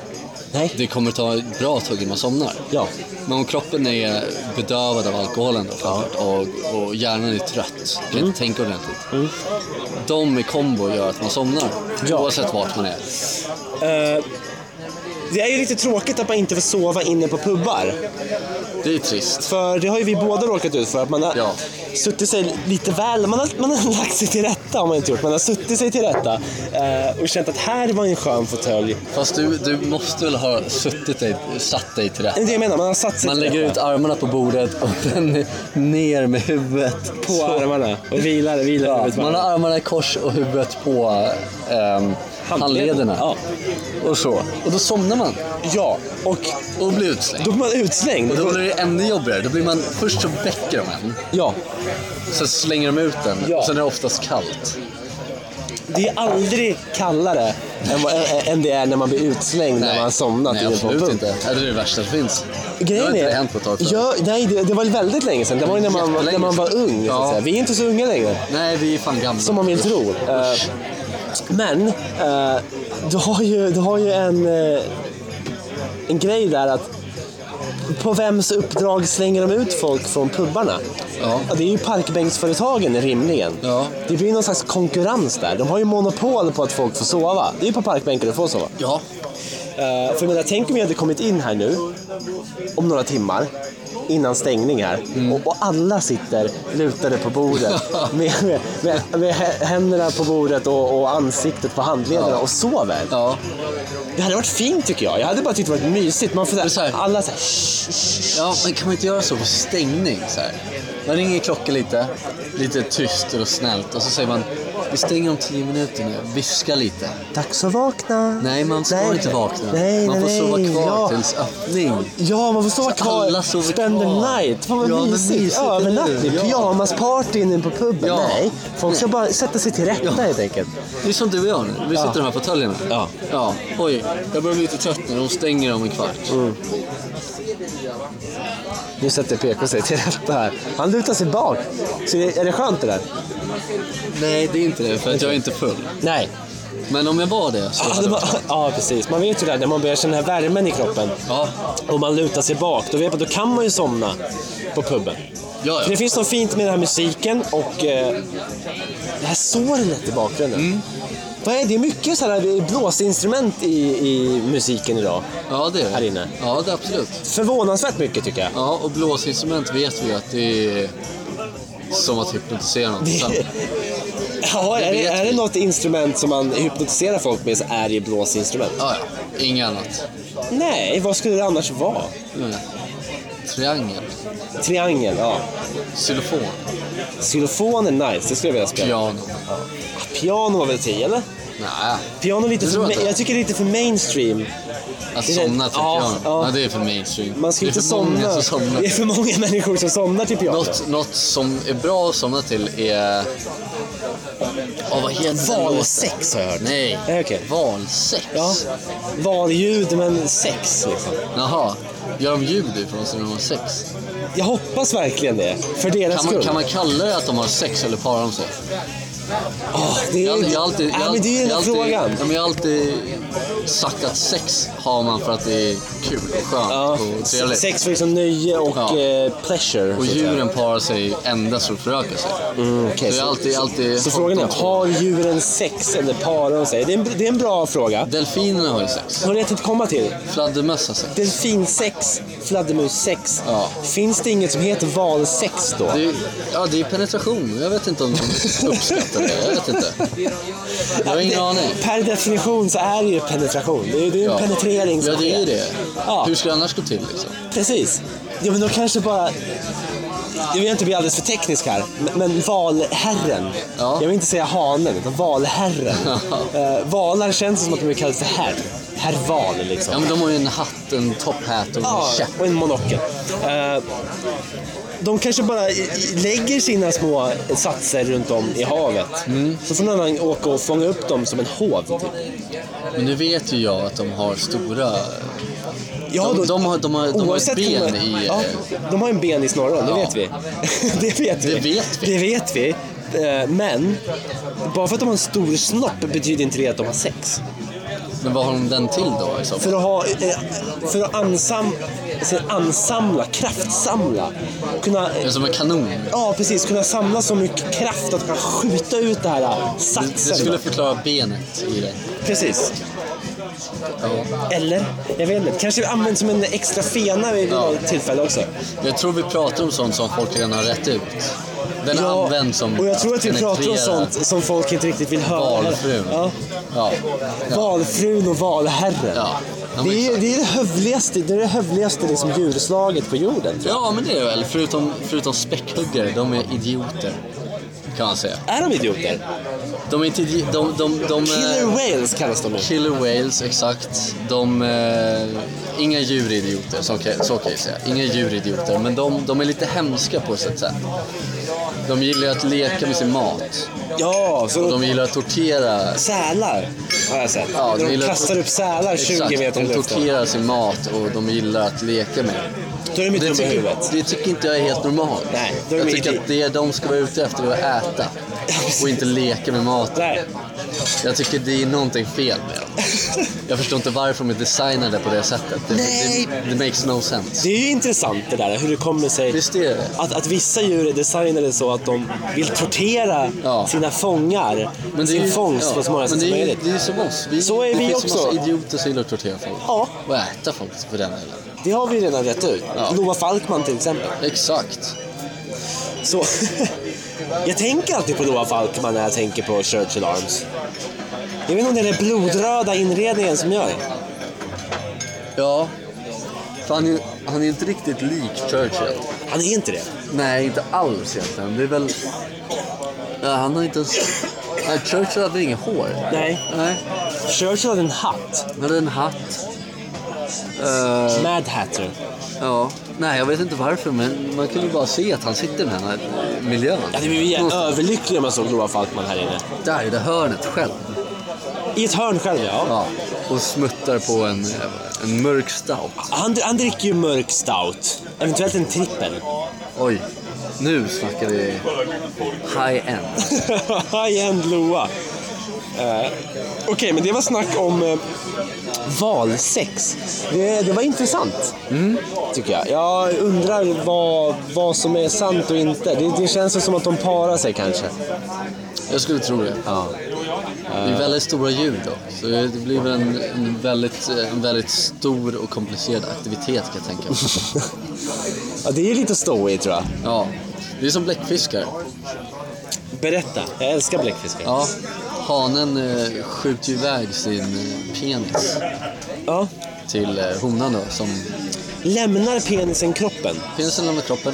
A: Nej.
B: Det kommer ta ett bra tag innan man somnar.
A: Ja.
B: Men om kroppen är bedövad av alkoholen då, framförallt, och, och hjärnan är trött, kan
A: Mm.
B: inte tänka ordentligt. De i kombo gör att man somnar,
A: Ja.
B: oavsett vart man är.
A: Eh, det är ju lite tråkigt att man inte får sova inne på pubbar.
B: Det är trist.
A: För det har ju vi båda råkat ut för. Att man har
B: Ja.
A: suttit sig lite väl... Man har, man har [LAUGHS] lagt sig till rätta har man inte gjort. Man har suttit sig till rätta eh, och känt att här var en skön fåtölj.
B: Fast du, du måste väl ha suttit dig, satt dig till
A: Det är
B: rätt.
A: det jag menar, man har satt sig
B: Man
A: till
B: lägger
A: rätta.
B: ut armarna på bordet och sen ner med huvudet.
A: på
B: Så-
A: armarna och vilar, vilar
B: Ja,
A: huvudet på
B: man har
A: armarna.
B: armarna i kors och huvudet på ehm, handlederna.
A: Ja.
B: Och så. Och då somnar man
A: Ja, och
B: och blir utslängd.
A: då blir man utslängd.
B: Och då blir det ännu jobbigare. Då blir man, först så väcker de en,
A: Ja,
B: sen slänger de ut den
A: Ja.
B: och sen är det oftast kallt.
A: det är aldrig kallare än, vad- ä- ä- än det är när man blir utslängd när man har somnat
B: Nej,
A: inne på en
B: absolut
A: pub.
B: inte. Ja, Det är det värsta som finns. det
A: Grejen
B: har
A: är,
B: inte hänt på ett tag. tror jag.
A: ja, nej, det, det var väldigt länge sedan. Det var ju när man,
B: Jättelänge
A: när man var
B: sedan.
A: ung. Så att
B: Ja.
A: säga. Vi är inte så unga längre.
B: Nej, vi är fan gamla.
A: som man vill tro. Eh, Men eh, du har ju, du har ju en, eh, en grej där att på vems uppdrag slänger de ut folk från pubbarna?
B: Ja.
A: det är ju parkbänksföretagen rimligen.
B: Ja.
A: Det blir ju någon slags konkurrens där. De har ju monopol på att folk får sova. Det är ju på parkbänken du får sova.
B: Ja,
A: Eh, för jag menar, tänk om vi hade kommit in här nu om några timmar innan stängning här
B: Mm.
A: och, och alla sitter lutade på
B: [LAUGHS]
A: bordet med, med, med, med hä- händerna på bordet och, och ansiktet på handlederna och sover.
B: ja.
A: Det hade varit fint tycker jag. Jag hade bara tyckt det varit mysigt. Man får
B: Men
A: så
B: så
A: här,
B: här-
A: alla så här, "Shh, shh, shh."
B: Ja, men kan man inte göra så på stängning? Så här? Man ringer klockan lite, lite tyst och snällt och så säger man vi stänger om tio minuter nu, viska lite.
A: dags att vakna.
B: Nej, man ska inte vakna.
A: Nej,
B: man får
A: nej,
B: sova
A: nej.
B: kvar
A: ja.
B: tills öppning.
A: Ja, man får sova
B: Så
A: kvar.
B: alla sover
A: Spend the
B: kvar.
A: night. Fan vad
B: Ja, men
A: mysigt.
B: mysigt, eller
A: Övernattning.
B: hur? Ja.
A: Pyjamasparty inne på puben.
B: Ja.
A: Nej, folk ska bara sätta sig till rätta
B: Ja.
A: helt enkelt.
B: Det är som du och jag nu. Vi sitter i de här fåtöljerna.
A: Ja.
B: ja. Oj, jag börjar bli lite trött nu. De stänger om en kvart.
A: Mm. Nu sätter PK sig till rätta här. Han lutar sig bak. Så det, är det skönt det där?
B: Nej, det är inte det. För att jag är inte full.
A: Nej.
B: Men om jag var det så
A: Ja,
B: hade
A: det
B: det
A: var,
B: varit skönt.
A: ja precis. Man vet ju det här, när man börjar känna värmen i kroppen
B: Ja,
A: och man lutar sig bak, då vet man, då kan man ju somna på puben.
B: ja,
A: För
B: ja.
A: det finns något fint med den här musiken och eh, det här sorlet i bakgrunden. Vad är det? är mycket så här eh, blåsinstrument i, i musiken idag.
B: ja det är det.
A: Här inne.
B: Ja, det är absolut.
A: Förvånansvärt mycket tycker jag.
B: Ja, och blåsinstrument vet vi ju att det är som att hypnotisera någon.
A: Det är Ja, är, det-
B: vet
A: är det
B: vi.
A: något instrument som man hypnotiserar folk med så är det ju blåsinstrument.
B: Ja, ja. Inget annat.
A: Nej, vad skulle det annars vara?
B: Mm. Triangel.
A: Triangel, ja.
B: Xylofon.
A: Xylofon är nice, det skulle jag vilja spela.
B: Piano.
A: Piano var väl 10 eller?
B: Nej,
A: Piano är lite
B: Det
A: för,
B: tror jag
A: ma-
B: inte.
A: jag tycker det är lite för mainstream.
B: att
A: Det är-
B: somna till
A: ja,
B: piano.
A: ja.
B: Ja, det är för mainstream.
A: Man ska
B: det är
A: inte
B: för
A: somna.
B: många som somnar.
A: Det är [LAUGHS] för många människor som somnar till piano.
B: Något, något som är bra att somna till är... Oh, vad heter den låten?
A: Valsex har jag hört.
B: Nej.
A: Nej, Eh, okej.
B: Valsex?
A: Ja, valljud men sex liksom.
B: Jaha. Gör de ljud ifrån sig när de har sex?
A: Jag hoppas verkligen det, för deras
B: Kan man,
A: skull.
B: kan man kalla det att de har sex eller parar de sig?
A: Åh, det är
B: Jag,
A: ju
B: jag, har alltid, jag,
A: ja, men det är ju
B: jag,
A: den
B: har
A: här
B: alltid,
A: frågan.
B: ja, men jag har alltid sagt att sex har man för att det är kul och skönt
A: Ja,
B: och Oh, trevligt.
A: sex för liksom nöje och
B: Ja.
A: eh, pleasure.
B: Och
A: så att säga.
B: djuren parar sig endast för att föröka sig.
A: Mm, okej,
B: Så jag
A: så,
B: har alltid, alltid
A: så frågan är,
B: hållit dem.
A: har djuren sex eller parar de sig? Det är en, det är en bra fråga.
B: Delfinerna har ju sex.
A: Hon har jag tänkt komma till.
B: Fladdermöss har sex.
A: Delfinsex, fladdermussex.
B: Ja.
A: Finns det inget som heter valsex då?
B: Det är, ja, det är penetration. Jag vet inte om de uppskattar det. Jag vet inte. Jag har ingen aning.
A: Per definition så är det ju penetration. Det är, det är en
B: Ja.
A: penetrering som
B: Ja, det är ju
A: sker.
B: det.
A: Ja.
B: Hur ska det annars gå till liksom?
A: Precis. Ja, men då kanske bara... Jag vill inte bli alldeles för teknisk här, men- men valherren.
B: Ja.
A: Jag vill inte säga hanen, utan valherren. Eh, valar känns som att de blir kallade för herr. Herr val, liksom.
B: Ja, men de har ju en hatt, en top hat och en
A: Ja,
B: käpp.
A: och en monokel. Eh, De kanske bara i- i- lägger sina små satser runt om i havet. Så får någon annan åka och fånga upp dem som en hov. Typ.
B: Men nu vet ju jag att de har stora...
A: Ja,
B: de,
A: då-
B: de har, de har, de har ett
A: Oavsett hur
B: ben
A: man-
B: i...
A: Ja, de har en ben i snorren, det
B: Ja.
A: vet vi. [LAUGHS] det vet vi.
B: Det vet vi.
A: Det vet vi. Eh, Men, bara för att de har en stor snopp betyder inte det att de har sex.
B: Men vad har de den till då? liksom? i så fall?
A: För att, ha, eh, för att ansam, alltså, ansamla, kraftsamla. Kunna, eh,
B: Det är som en kanon.
A: ja, precis, kunna samla så mycket kraft att du kan skjuta ut det här eh,
B: Det,
A: satsen.
B: det skulle förklara benet i det.
A: Precis.
B: Ja.
A: Eller? Jag vet inte. Kanske använt som en extra fena vid
B: Ja.
A: något tillfälle också.
B: Jag tror vi pratar om sånt som folk redan har rätt ut. Den används som
A: och jag tror att vi pratar om
B: penetrera
A: sånt som folk inte riktigt vill höra.
B: Valfrun.
A: Ja.
B: Ja.
A: Valfrun och valherren.
B: Ja. Ja, men
A: det, är,
B: exakt.
A: det är det hövligaste, det är det hövligaste liksom djurslaget på jorden. Tror
B: ja, men det är det väl. Förutom, förutom späckhuggare, de är idioter. Kan man säga.
A: jag. Är de idioter?
B: De är inte idi- de, de, de, de,
A: Killer whales kallas de nu.
B: Killer whales, exakt. De, eh, inga djuridioter, så kan, så kan jag säga. Inga djuridioter, men de, de är lite hemska på sitt sätt. De gillar att leka med sin mat.
A: Ja, så
B: De gillar att tortera
A: sälar har jag sett.
B: Ja,
A: de
B: gillar-
A: kastar upp sälar 20
B: Exakt,
A: meter i
B: de
A: luften.
B: torterar sin mat och de gillar att leka med.
A: Då är de inte
B: Det
A: dumma i
B: tycker,
A: huvudet.
B: det tycker inte jag är helt normalt.
A: Nej, då är de
B: jag tycker
A: idi-
B: att det de ska vara ute efter är att äta och inte leka med maten.
A: Nej.
B: Jag tycker det är någonting fel med
A: [LAUGHS]
B: dem. Jag förstår inte varför de är designade på det sättet. Det,
A: Nej.
B: det, det makes no sense.
A: Det är ju intressant det där hur det kommer sig
B: Visst är det?
A: att, att vissa djur är designade så att de vill tortera
B: Ja.
A: sina fångar,
B: Men det är
A: sin
B: ju-
A: fångst
B: ja,
A: på så många
B: men
A: sätt
B: det
A: som
B: är, ju-
A: möjligt.
B: det är ju som oss. Vi,
A: Så är
B: det
A: vi
B: finns ju
A: också.
B: massa idioter som gillar att tortera folk.
A: Ja.
B: Och äta folk på den delen.
A: Det har vi redan rätt ut.
B: Ja.
A: Loa Falkman till exempel.
B: Exakt.
A: Så, [LAUGHS] jag tänker alltid på Loa Falkman när jag tänker på Churchill Arms. Jag vet inte om det är den blodröda inredningen som gör det.
B: Ja. För han är, han är inte riktigt lik Churchill.
A: Han är inte det.
B: Nej, inte alls egentligen. Det är väl... Ja, han har inte ens... Nej, Churchill hade inget hår.
A: Nej.
B: Nej,
A: Churchill hade en hatt.
B: han hade en hatt. Eh,
A: Mad Hatter.
B: ja. Nej, jag vet inte varför, men man kunde bara se att han sitter i den här miljön.
A: Jag hade blivit jä-
B: Någonstans
A: överlycklig om jag såg Loa Falkman här inne.
B: där i det hörnet själv.
A: I ett hörn själv, ja.
B: Ja. Och smuttar på en, en mörk stout.
A: Han, han dricker ju mörk stout. Eventuellt en trippel.
B: Oj, nu snackar vi high-end.
A: [LAUGHS] High-end Loa. Eh, Okej, men det var snack om eh, valsex. Det, det var intressant, tycker jag. Jag undrar vad, vad som är sant och inte. Det, det känns ju som att de parar sig kanske.
B: Jag skulle tro det.
A: Ja.
B: Det är väldigt stora djur då. Så det blir väl en, en, väldigt, en väldigt stor och komplicerad aktivitet kan jag tänka mig.
A: ja, det är ju lite stå i, tror jag.
B: Ja. Det är som bläckfiskar.
A: Berätta, jag älskar bläckfiskar.
B: Ja, hanen eh, skjuter ju iväg sin eh, penis
A: Ja.
B: till eh, honan då. Som
A: Lämnar penisen kroppen?
B: penisen lämnar kroppen.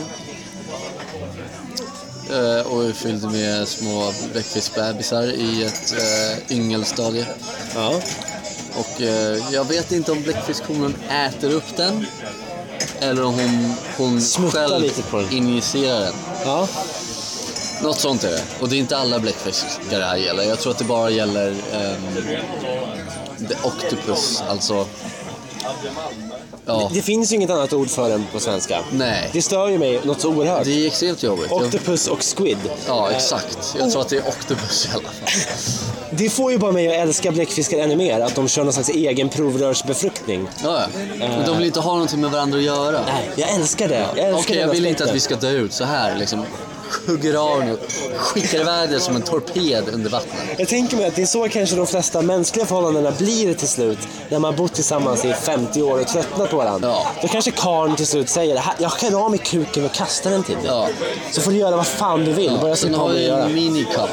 B: Eh, och är fylld med små bläckfiskbebisar i ett eh, yngelstadie.
A: Ja.
B: Och eh, jag vet inte om bläckfiskhonan äter upp den. Eller om hon, hon
A: Smuttar
B: själv
A: lite på den.
B: injicerar den.
A: ja.
B: Något sånt är det. Och det är inte alla bläckfiskar det här gäller. Jag tror att det bara gäller ehm, the octopus, alltså... Ja,
A: Det finns ju inget annat ord för den på svenska. Det
B: nej.
A: stör ju mig något så oerhört.
B: Det är extremt jobbigt. Jag,
A: Octopus och squid.
B: ja,
A: Eh,
B: exakt. Jag tror att det är octopus i alla fall.
A: Det får ju bara mig att älska bläckfiskar ännu mer, att de kör någon slags egen provrörsbefruktning.
B: Ja, ja. Men de vill inte ha någonting med varandra att göra.
A: Nej, jag älskar det. Jag älskar
B: Okej, jag
A: den
B: vill inte att vi
A: aspekten.
B: ska dö ut så här liksom. Hugger av den och skickar iväg det som en torped under vattnet.
A: Jag tänker mig att det är så kanske de flesta mänskliga förhållandena blir till slut. När man har bott tillsammans i 50 år och tröttnat på varandra.
B: Ja.
A: Då kanske karln till slut säger "Här, jag skär av mig kuken och kastar den till dig.
B: Ja.
A: Så får du göra vad fan du vill. Bara så
B: Sen har
A: kommer du
B: jag
A: göra.
B: en minikack.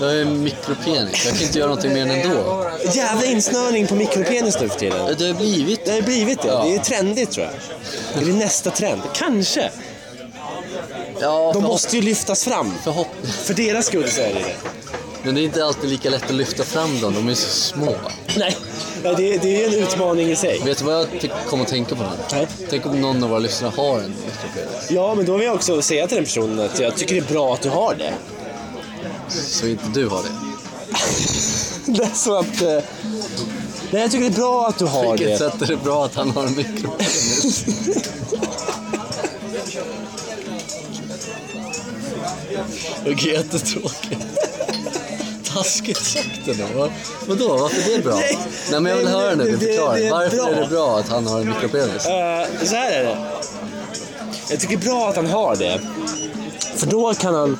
B: Jag har en mikropenis. Jag kan inte göra någonting mer än ändå.
A: Jävla insnörning på mikropenis nu för tiden.
B: Det har blivit
A: Det har ju blivit det.
B: Ja.
A: Det är trendigt tror jag. Är det nästa trend? Kanske.
B: Ja,
A: De
B: förhopp-
A: måste ju lyftas fram.
B: förhopp-
A: För deras skull så är det det.
B: Men det är inte alltid lika lätt att lyfta fram dem, de är så små.
A: Nej, Nej, det, det är en utmaning i sig.
B: Vet du vad jag tyck- kom att tänka på nu?
A: Nej.
B: Tänk om någon av våra lyssnare har en mikropenis.
A: Ja, men då vill jag också säga till den personen att jag tycker det är bra att du har det.
B: Så inte du har det.
A: Det är så att... eh, Nej, jag tycker det är bra att du har det.
B: Vilket sätt är det bra att han har en mikropenis? Okej, jättetråkigt. Taskigt sagt ändå. Va? Vadå, varför är det bra?
A: Nej,
B: Nej, men jag vill
A: nej,
B: höra nu,
A: det-
B: du förklarar.
A: det är
B: Varför
A: bra.
B: är det bra att han har en mikropenis?
A: Eh, så här är det. Jag tycker det är bra att han har det. För då kan han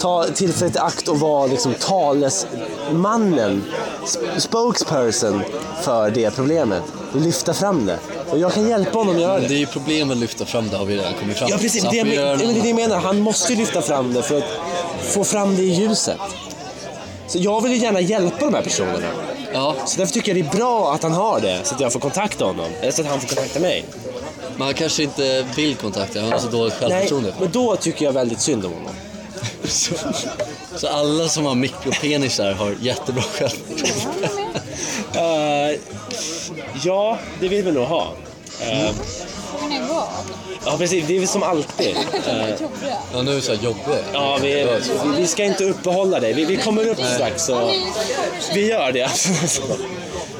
A: ta tillfället i akt och vara liksom talesmannen, sp- spokesperson för det problemet. Och lyfta fram det. Och jag kan hjälpa honom att göra
B: Men
A: det.
B: det är ju problem att lyfta fram, det har vi redan kommit fram
A: Ja
B: till.
A: precis,
B: Så
A: det,
B: att
A: jag
B: vi
A: men-
B: gör
A: ja,
B: en
A: men det är det
B: annan-
A: jag menar. Han måste ju lyfta fram det för att få fram det i ljuset. Så jag vill ju gärna hjälpa de här personerna.
B: Ja,
A: Så därför tycker jag det är bra att han har det, så att jag får kontakta honom. Eller så att han får kontakta mig.
B: men han kanske inte vill kontakta, han har så dåligt
A: Alltså,
B: självförtroende.
A: men då tycker jag väldigt synd om honom.
B: Så, så alla som har mikropenisar har jättebra självförtroende.
A: Eh, ja, det vill vi nog ha. Eh,
E: Frågan är vad?
A: ja, precis. Det är väl som alltid.
E: De är jobbiga.
B: Ja, nu är det så här jobbigt.
A: Ja, vi, vi- vi ska inte uppehålla dig. Vi, vi kommer upp strax.
E: Ja,
A: Och
E: ni kommer tjejer.
A: vi gör det. [LAUGHS]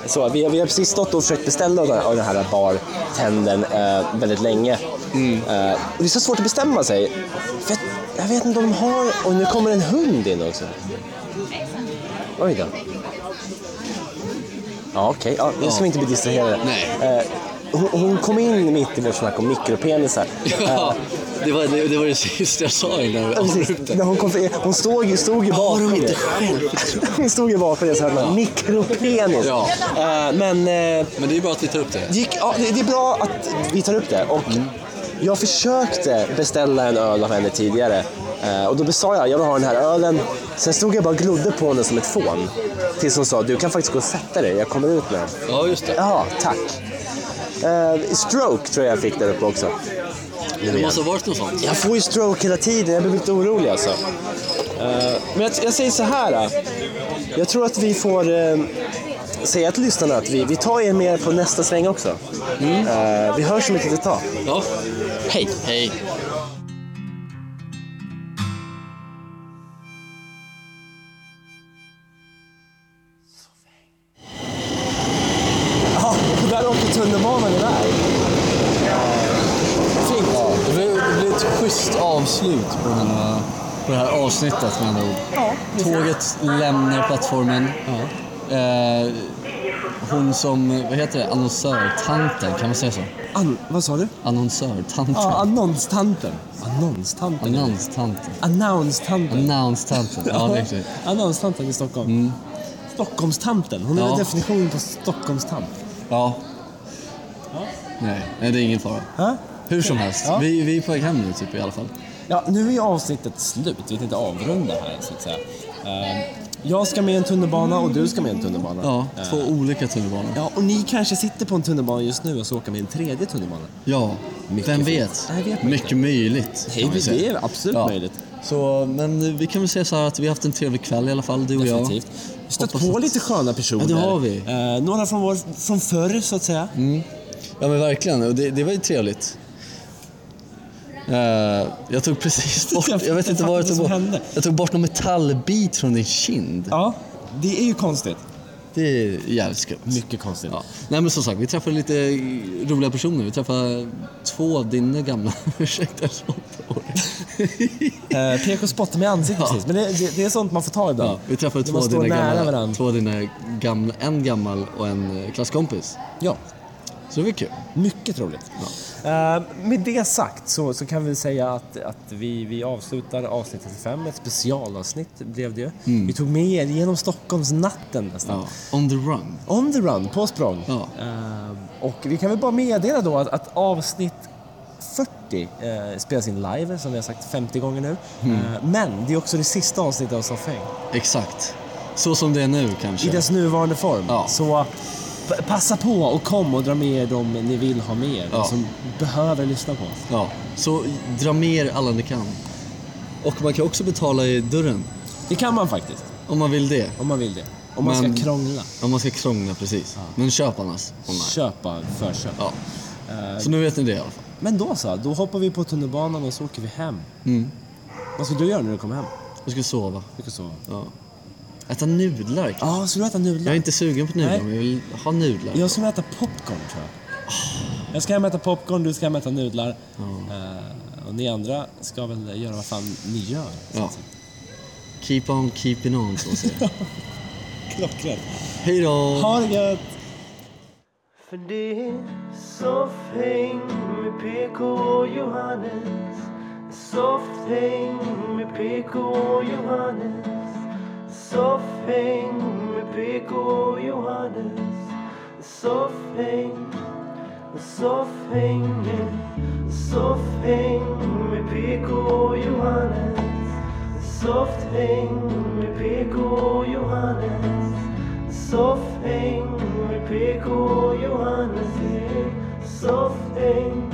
A: Så, vi, har- vi har precis stått och försökt beställa av den här- av den här bartendern eh, väldigt länge. Eh, och det är så svårt att bestämma sig. För jag, jag vet inte om de har... Och nu kommer en hund in också. Oj då. Ja, okej. Ja, nu ska vi inte bli distraherade.
B: Nej.
A: Eh, hon, hon kom in mitt i vårt snack om [LAUGHS] mikropenisar.
B: Ja, det var det, det, var det sista jag sa innan vi
A: Ja, precis.
B: avbröt det.
A: När hon, kom, för- hon stod ju, stod ju bakom
B: de inte
A: det. Hon stod ju bakom det så hade man mikropenis.
B: Ja.
A: Eh, men eh,
B: Men det är bra att vi tar upp det.
A: gick, ja, det, det är bra att vi tar upp det. Och Jag försökte beställa en öl av henne tidigare. Eh, och då sa jag jag vill ha den här ölen. Sen stod jag bara och glodde på henne som ett fån. Tills hon sa du kan faktiskt gå och sätta dig, jag kommer ut med den.
B: Ja, just det.
A: Ja, tack. Eh, stroke tror jag jag fick där uppe också.
B: Det måste ha varit något sånt.
A: Jag får ju stroke hela tiden, jag blir lite orolig alltså. Eh, men jag, jag säger så här. eh. Jag tror att vi får eh, säga till lyssnarna att vi, vi tar er med på nästa sväng också. Eh, vi hörs om ett litet tag.
B: Ja. Hej. Hej.
A: Ja, där åker tunnelbanan iväg. Eh,
B: Fint. Ja, det blir det blir ett schysst avslut på, den här, på det här avsnittet med andra ord. Tåget lämnar plattformen. Eh, hon som, vad heter det, annonsör, tanten, kan man säga så?
A: An- vad sa du?
B: Annonsör, tanten.
A: Ja, annonstanten. Annonstanten?
B: Annonstanten.
A: Annonstanten.
B: Annonstanten. Ja, det är riktigt.
A: Annonstanten i Stockholm. Stockholmstanten. Hon är
B: Ja.
A: en definition på Stockholmstant.
B: Ja. Nej, nej, det är ingen fara.
A: Ha?
B: Hur som helst,
A: Ja.
B: vi, vi är på väg hem nu typ i alla fall.
A: Ja, nu är ju avsnittet slut. Vi tänkte avrunda här så att säga. Eh, Jag ska med en tunnelbana och du ska med en tunnelbana.
B: Ja,
A: Eh,
B: två olika tunnelbanor.
A: Ja, och ni kanske sitter på en tunnelbana just nu och ska åka med en tredje tunnelbana.
B: Ja,
A: Mycket
B: vem
A: fint.
B: vet?
A: Nej, vet man
B: Mycket
A: inte.
B: möjligt.
A: Nej,
B: kan man
A: det
B: säga.
A: är absolut möjligt.
B: Så, men vi kan väl säga så här att vi har haft en trevlig kväll i alla fall, du och jag.
A: Definitivt. Vi har stött
B: Hoppas
A: på
B: att-
A: lite sköna personer.
B: Ja, det har vi. Mm.
A: Eh, några från, vår, från förr, så att säga.
B: Ja men verkligen, och det, det var ju trevligt. Eh, jag
A: [LAUGHS]
B: tog precis bort,
A: Jag
B: jag vet inte vad jag
A: fattar
B: tog
A: vad
B: bort.
A: som hände.
B: Jag tog bort någon metallbit från din kind.
A: Ja, det är ju konstigt.
B: Det är jävligt skumt.
A: Mycket konstigt.
B: Ja. Nej men som sagt, vi träffade lite roliga personer. Vi träffade två av dina gamla, [LAUGHS] ursäkta, slåttor.
A: Eh, pek och spotta med ansiktet precis. Men det, det, det är sånt man får ta ibland.
B: Ja, vi träffade
A: När
B: två
A: man
B: av
A: står
B: dina
A: nära
B: gamla,
A: varandra.
B: två av dina gamla, en gammal och en eh, klasskompis.
A: Ja,
B: Så det var kul.
A: mycket roligt. Eh, med det sagt så, så kan vi säga att, att vi, vi avslutar avsnitt 35. Ett specialavsnitt blev det ju.
B: Mm.
A: Vi tog med er genom Stockholmsnatten nästan.
B: Ja. On the run.
A: On the run, på språng.
B: Ja.
A: Eh, och vi kan väl bara meddela då att, att avsnitt 40 eh, spelas in live, som vi har sagt 50 gånger nu.
B: Mm.
A: Eh, men det är också det sista avsnittet av Soffhäng,
B: Exakt. Så som det är nu
A: i
B: kanske.
A: dess nuvarande form.
B: Ja.
A: Så p- passa på och kom och dra med er de ni vill ha med er, de
B: Ja.
A: som behöver lyssna på oss.
B: Ja, så dra med er alla ni kan. Och man kan också betala i dörren
A: Det kan man faktiskt,
B: om man vill det.
A: om man vill det. Om man Oh
B: Men-
A: ska krångla,
B: Om man ska krångla precis. Men köp annars online.
A: köpa förköp.
B: Ja. Så nu vet ni det i alla fall.
A: Men då så, då hoppar vi på tunnelbanan och så åker vi hem.
B: Mm.
A: Vad ska du göra när du kommer hem?
B: Jag ska sova.
A: Du ska sova.
B: Ja. Äta nudlar. kanske.
A: Ja, ska du äta nudlar?
B: Jag är inte sugen på nudlar,
A: Nej.
B: men jag vill ha nudlar.
A: Jag ska äta popcorn tror jag. Jag ska hem äta popcorn, du ska hem äta nudlar. Eh, och ni andra ska väl göra vad fan ni gör.
B: Ja. Keep on keeping on, så
A: [LAUGHS]
B: att säga.
A: Klockrent.
B: Hej då!
A: Ha det gött!
F: För det är soffhäng med PK och oh, Johannes Soffhäng med PK och oh, Johannes Soffhäng med PK och oh, Johannes Soffhäng, soffhäng Soffhäng med PK och oh, Johannes Soffhäng med PK och Johannes Soffhäng med PK och Johannes yeah. Soffhäng,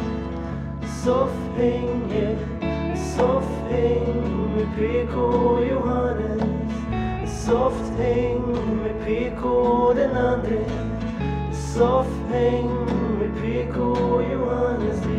F: soffhäng yeah. Soffhäng med PK och Johannes Soffhäng med PK och den andre Soffhäng med PK och Johannes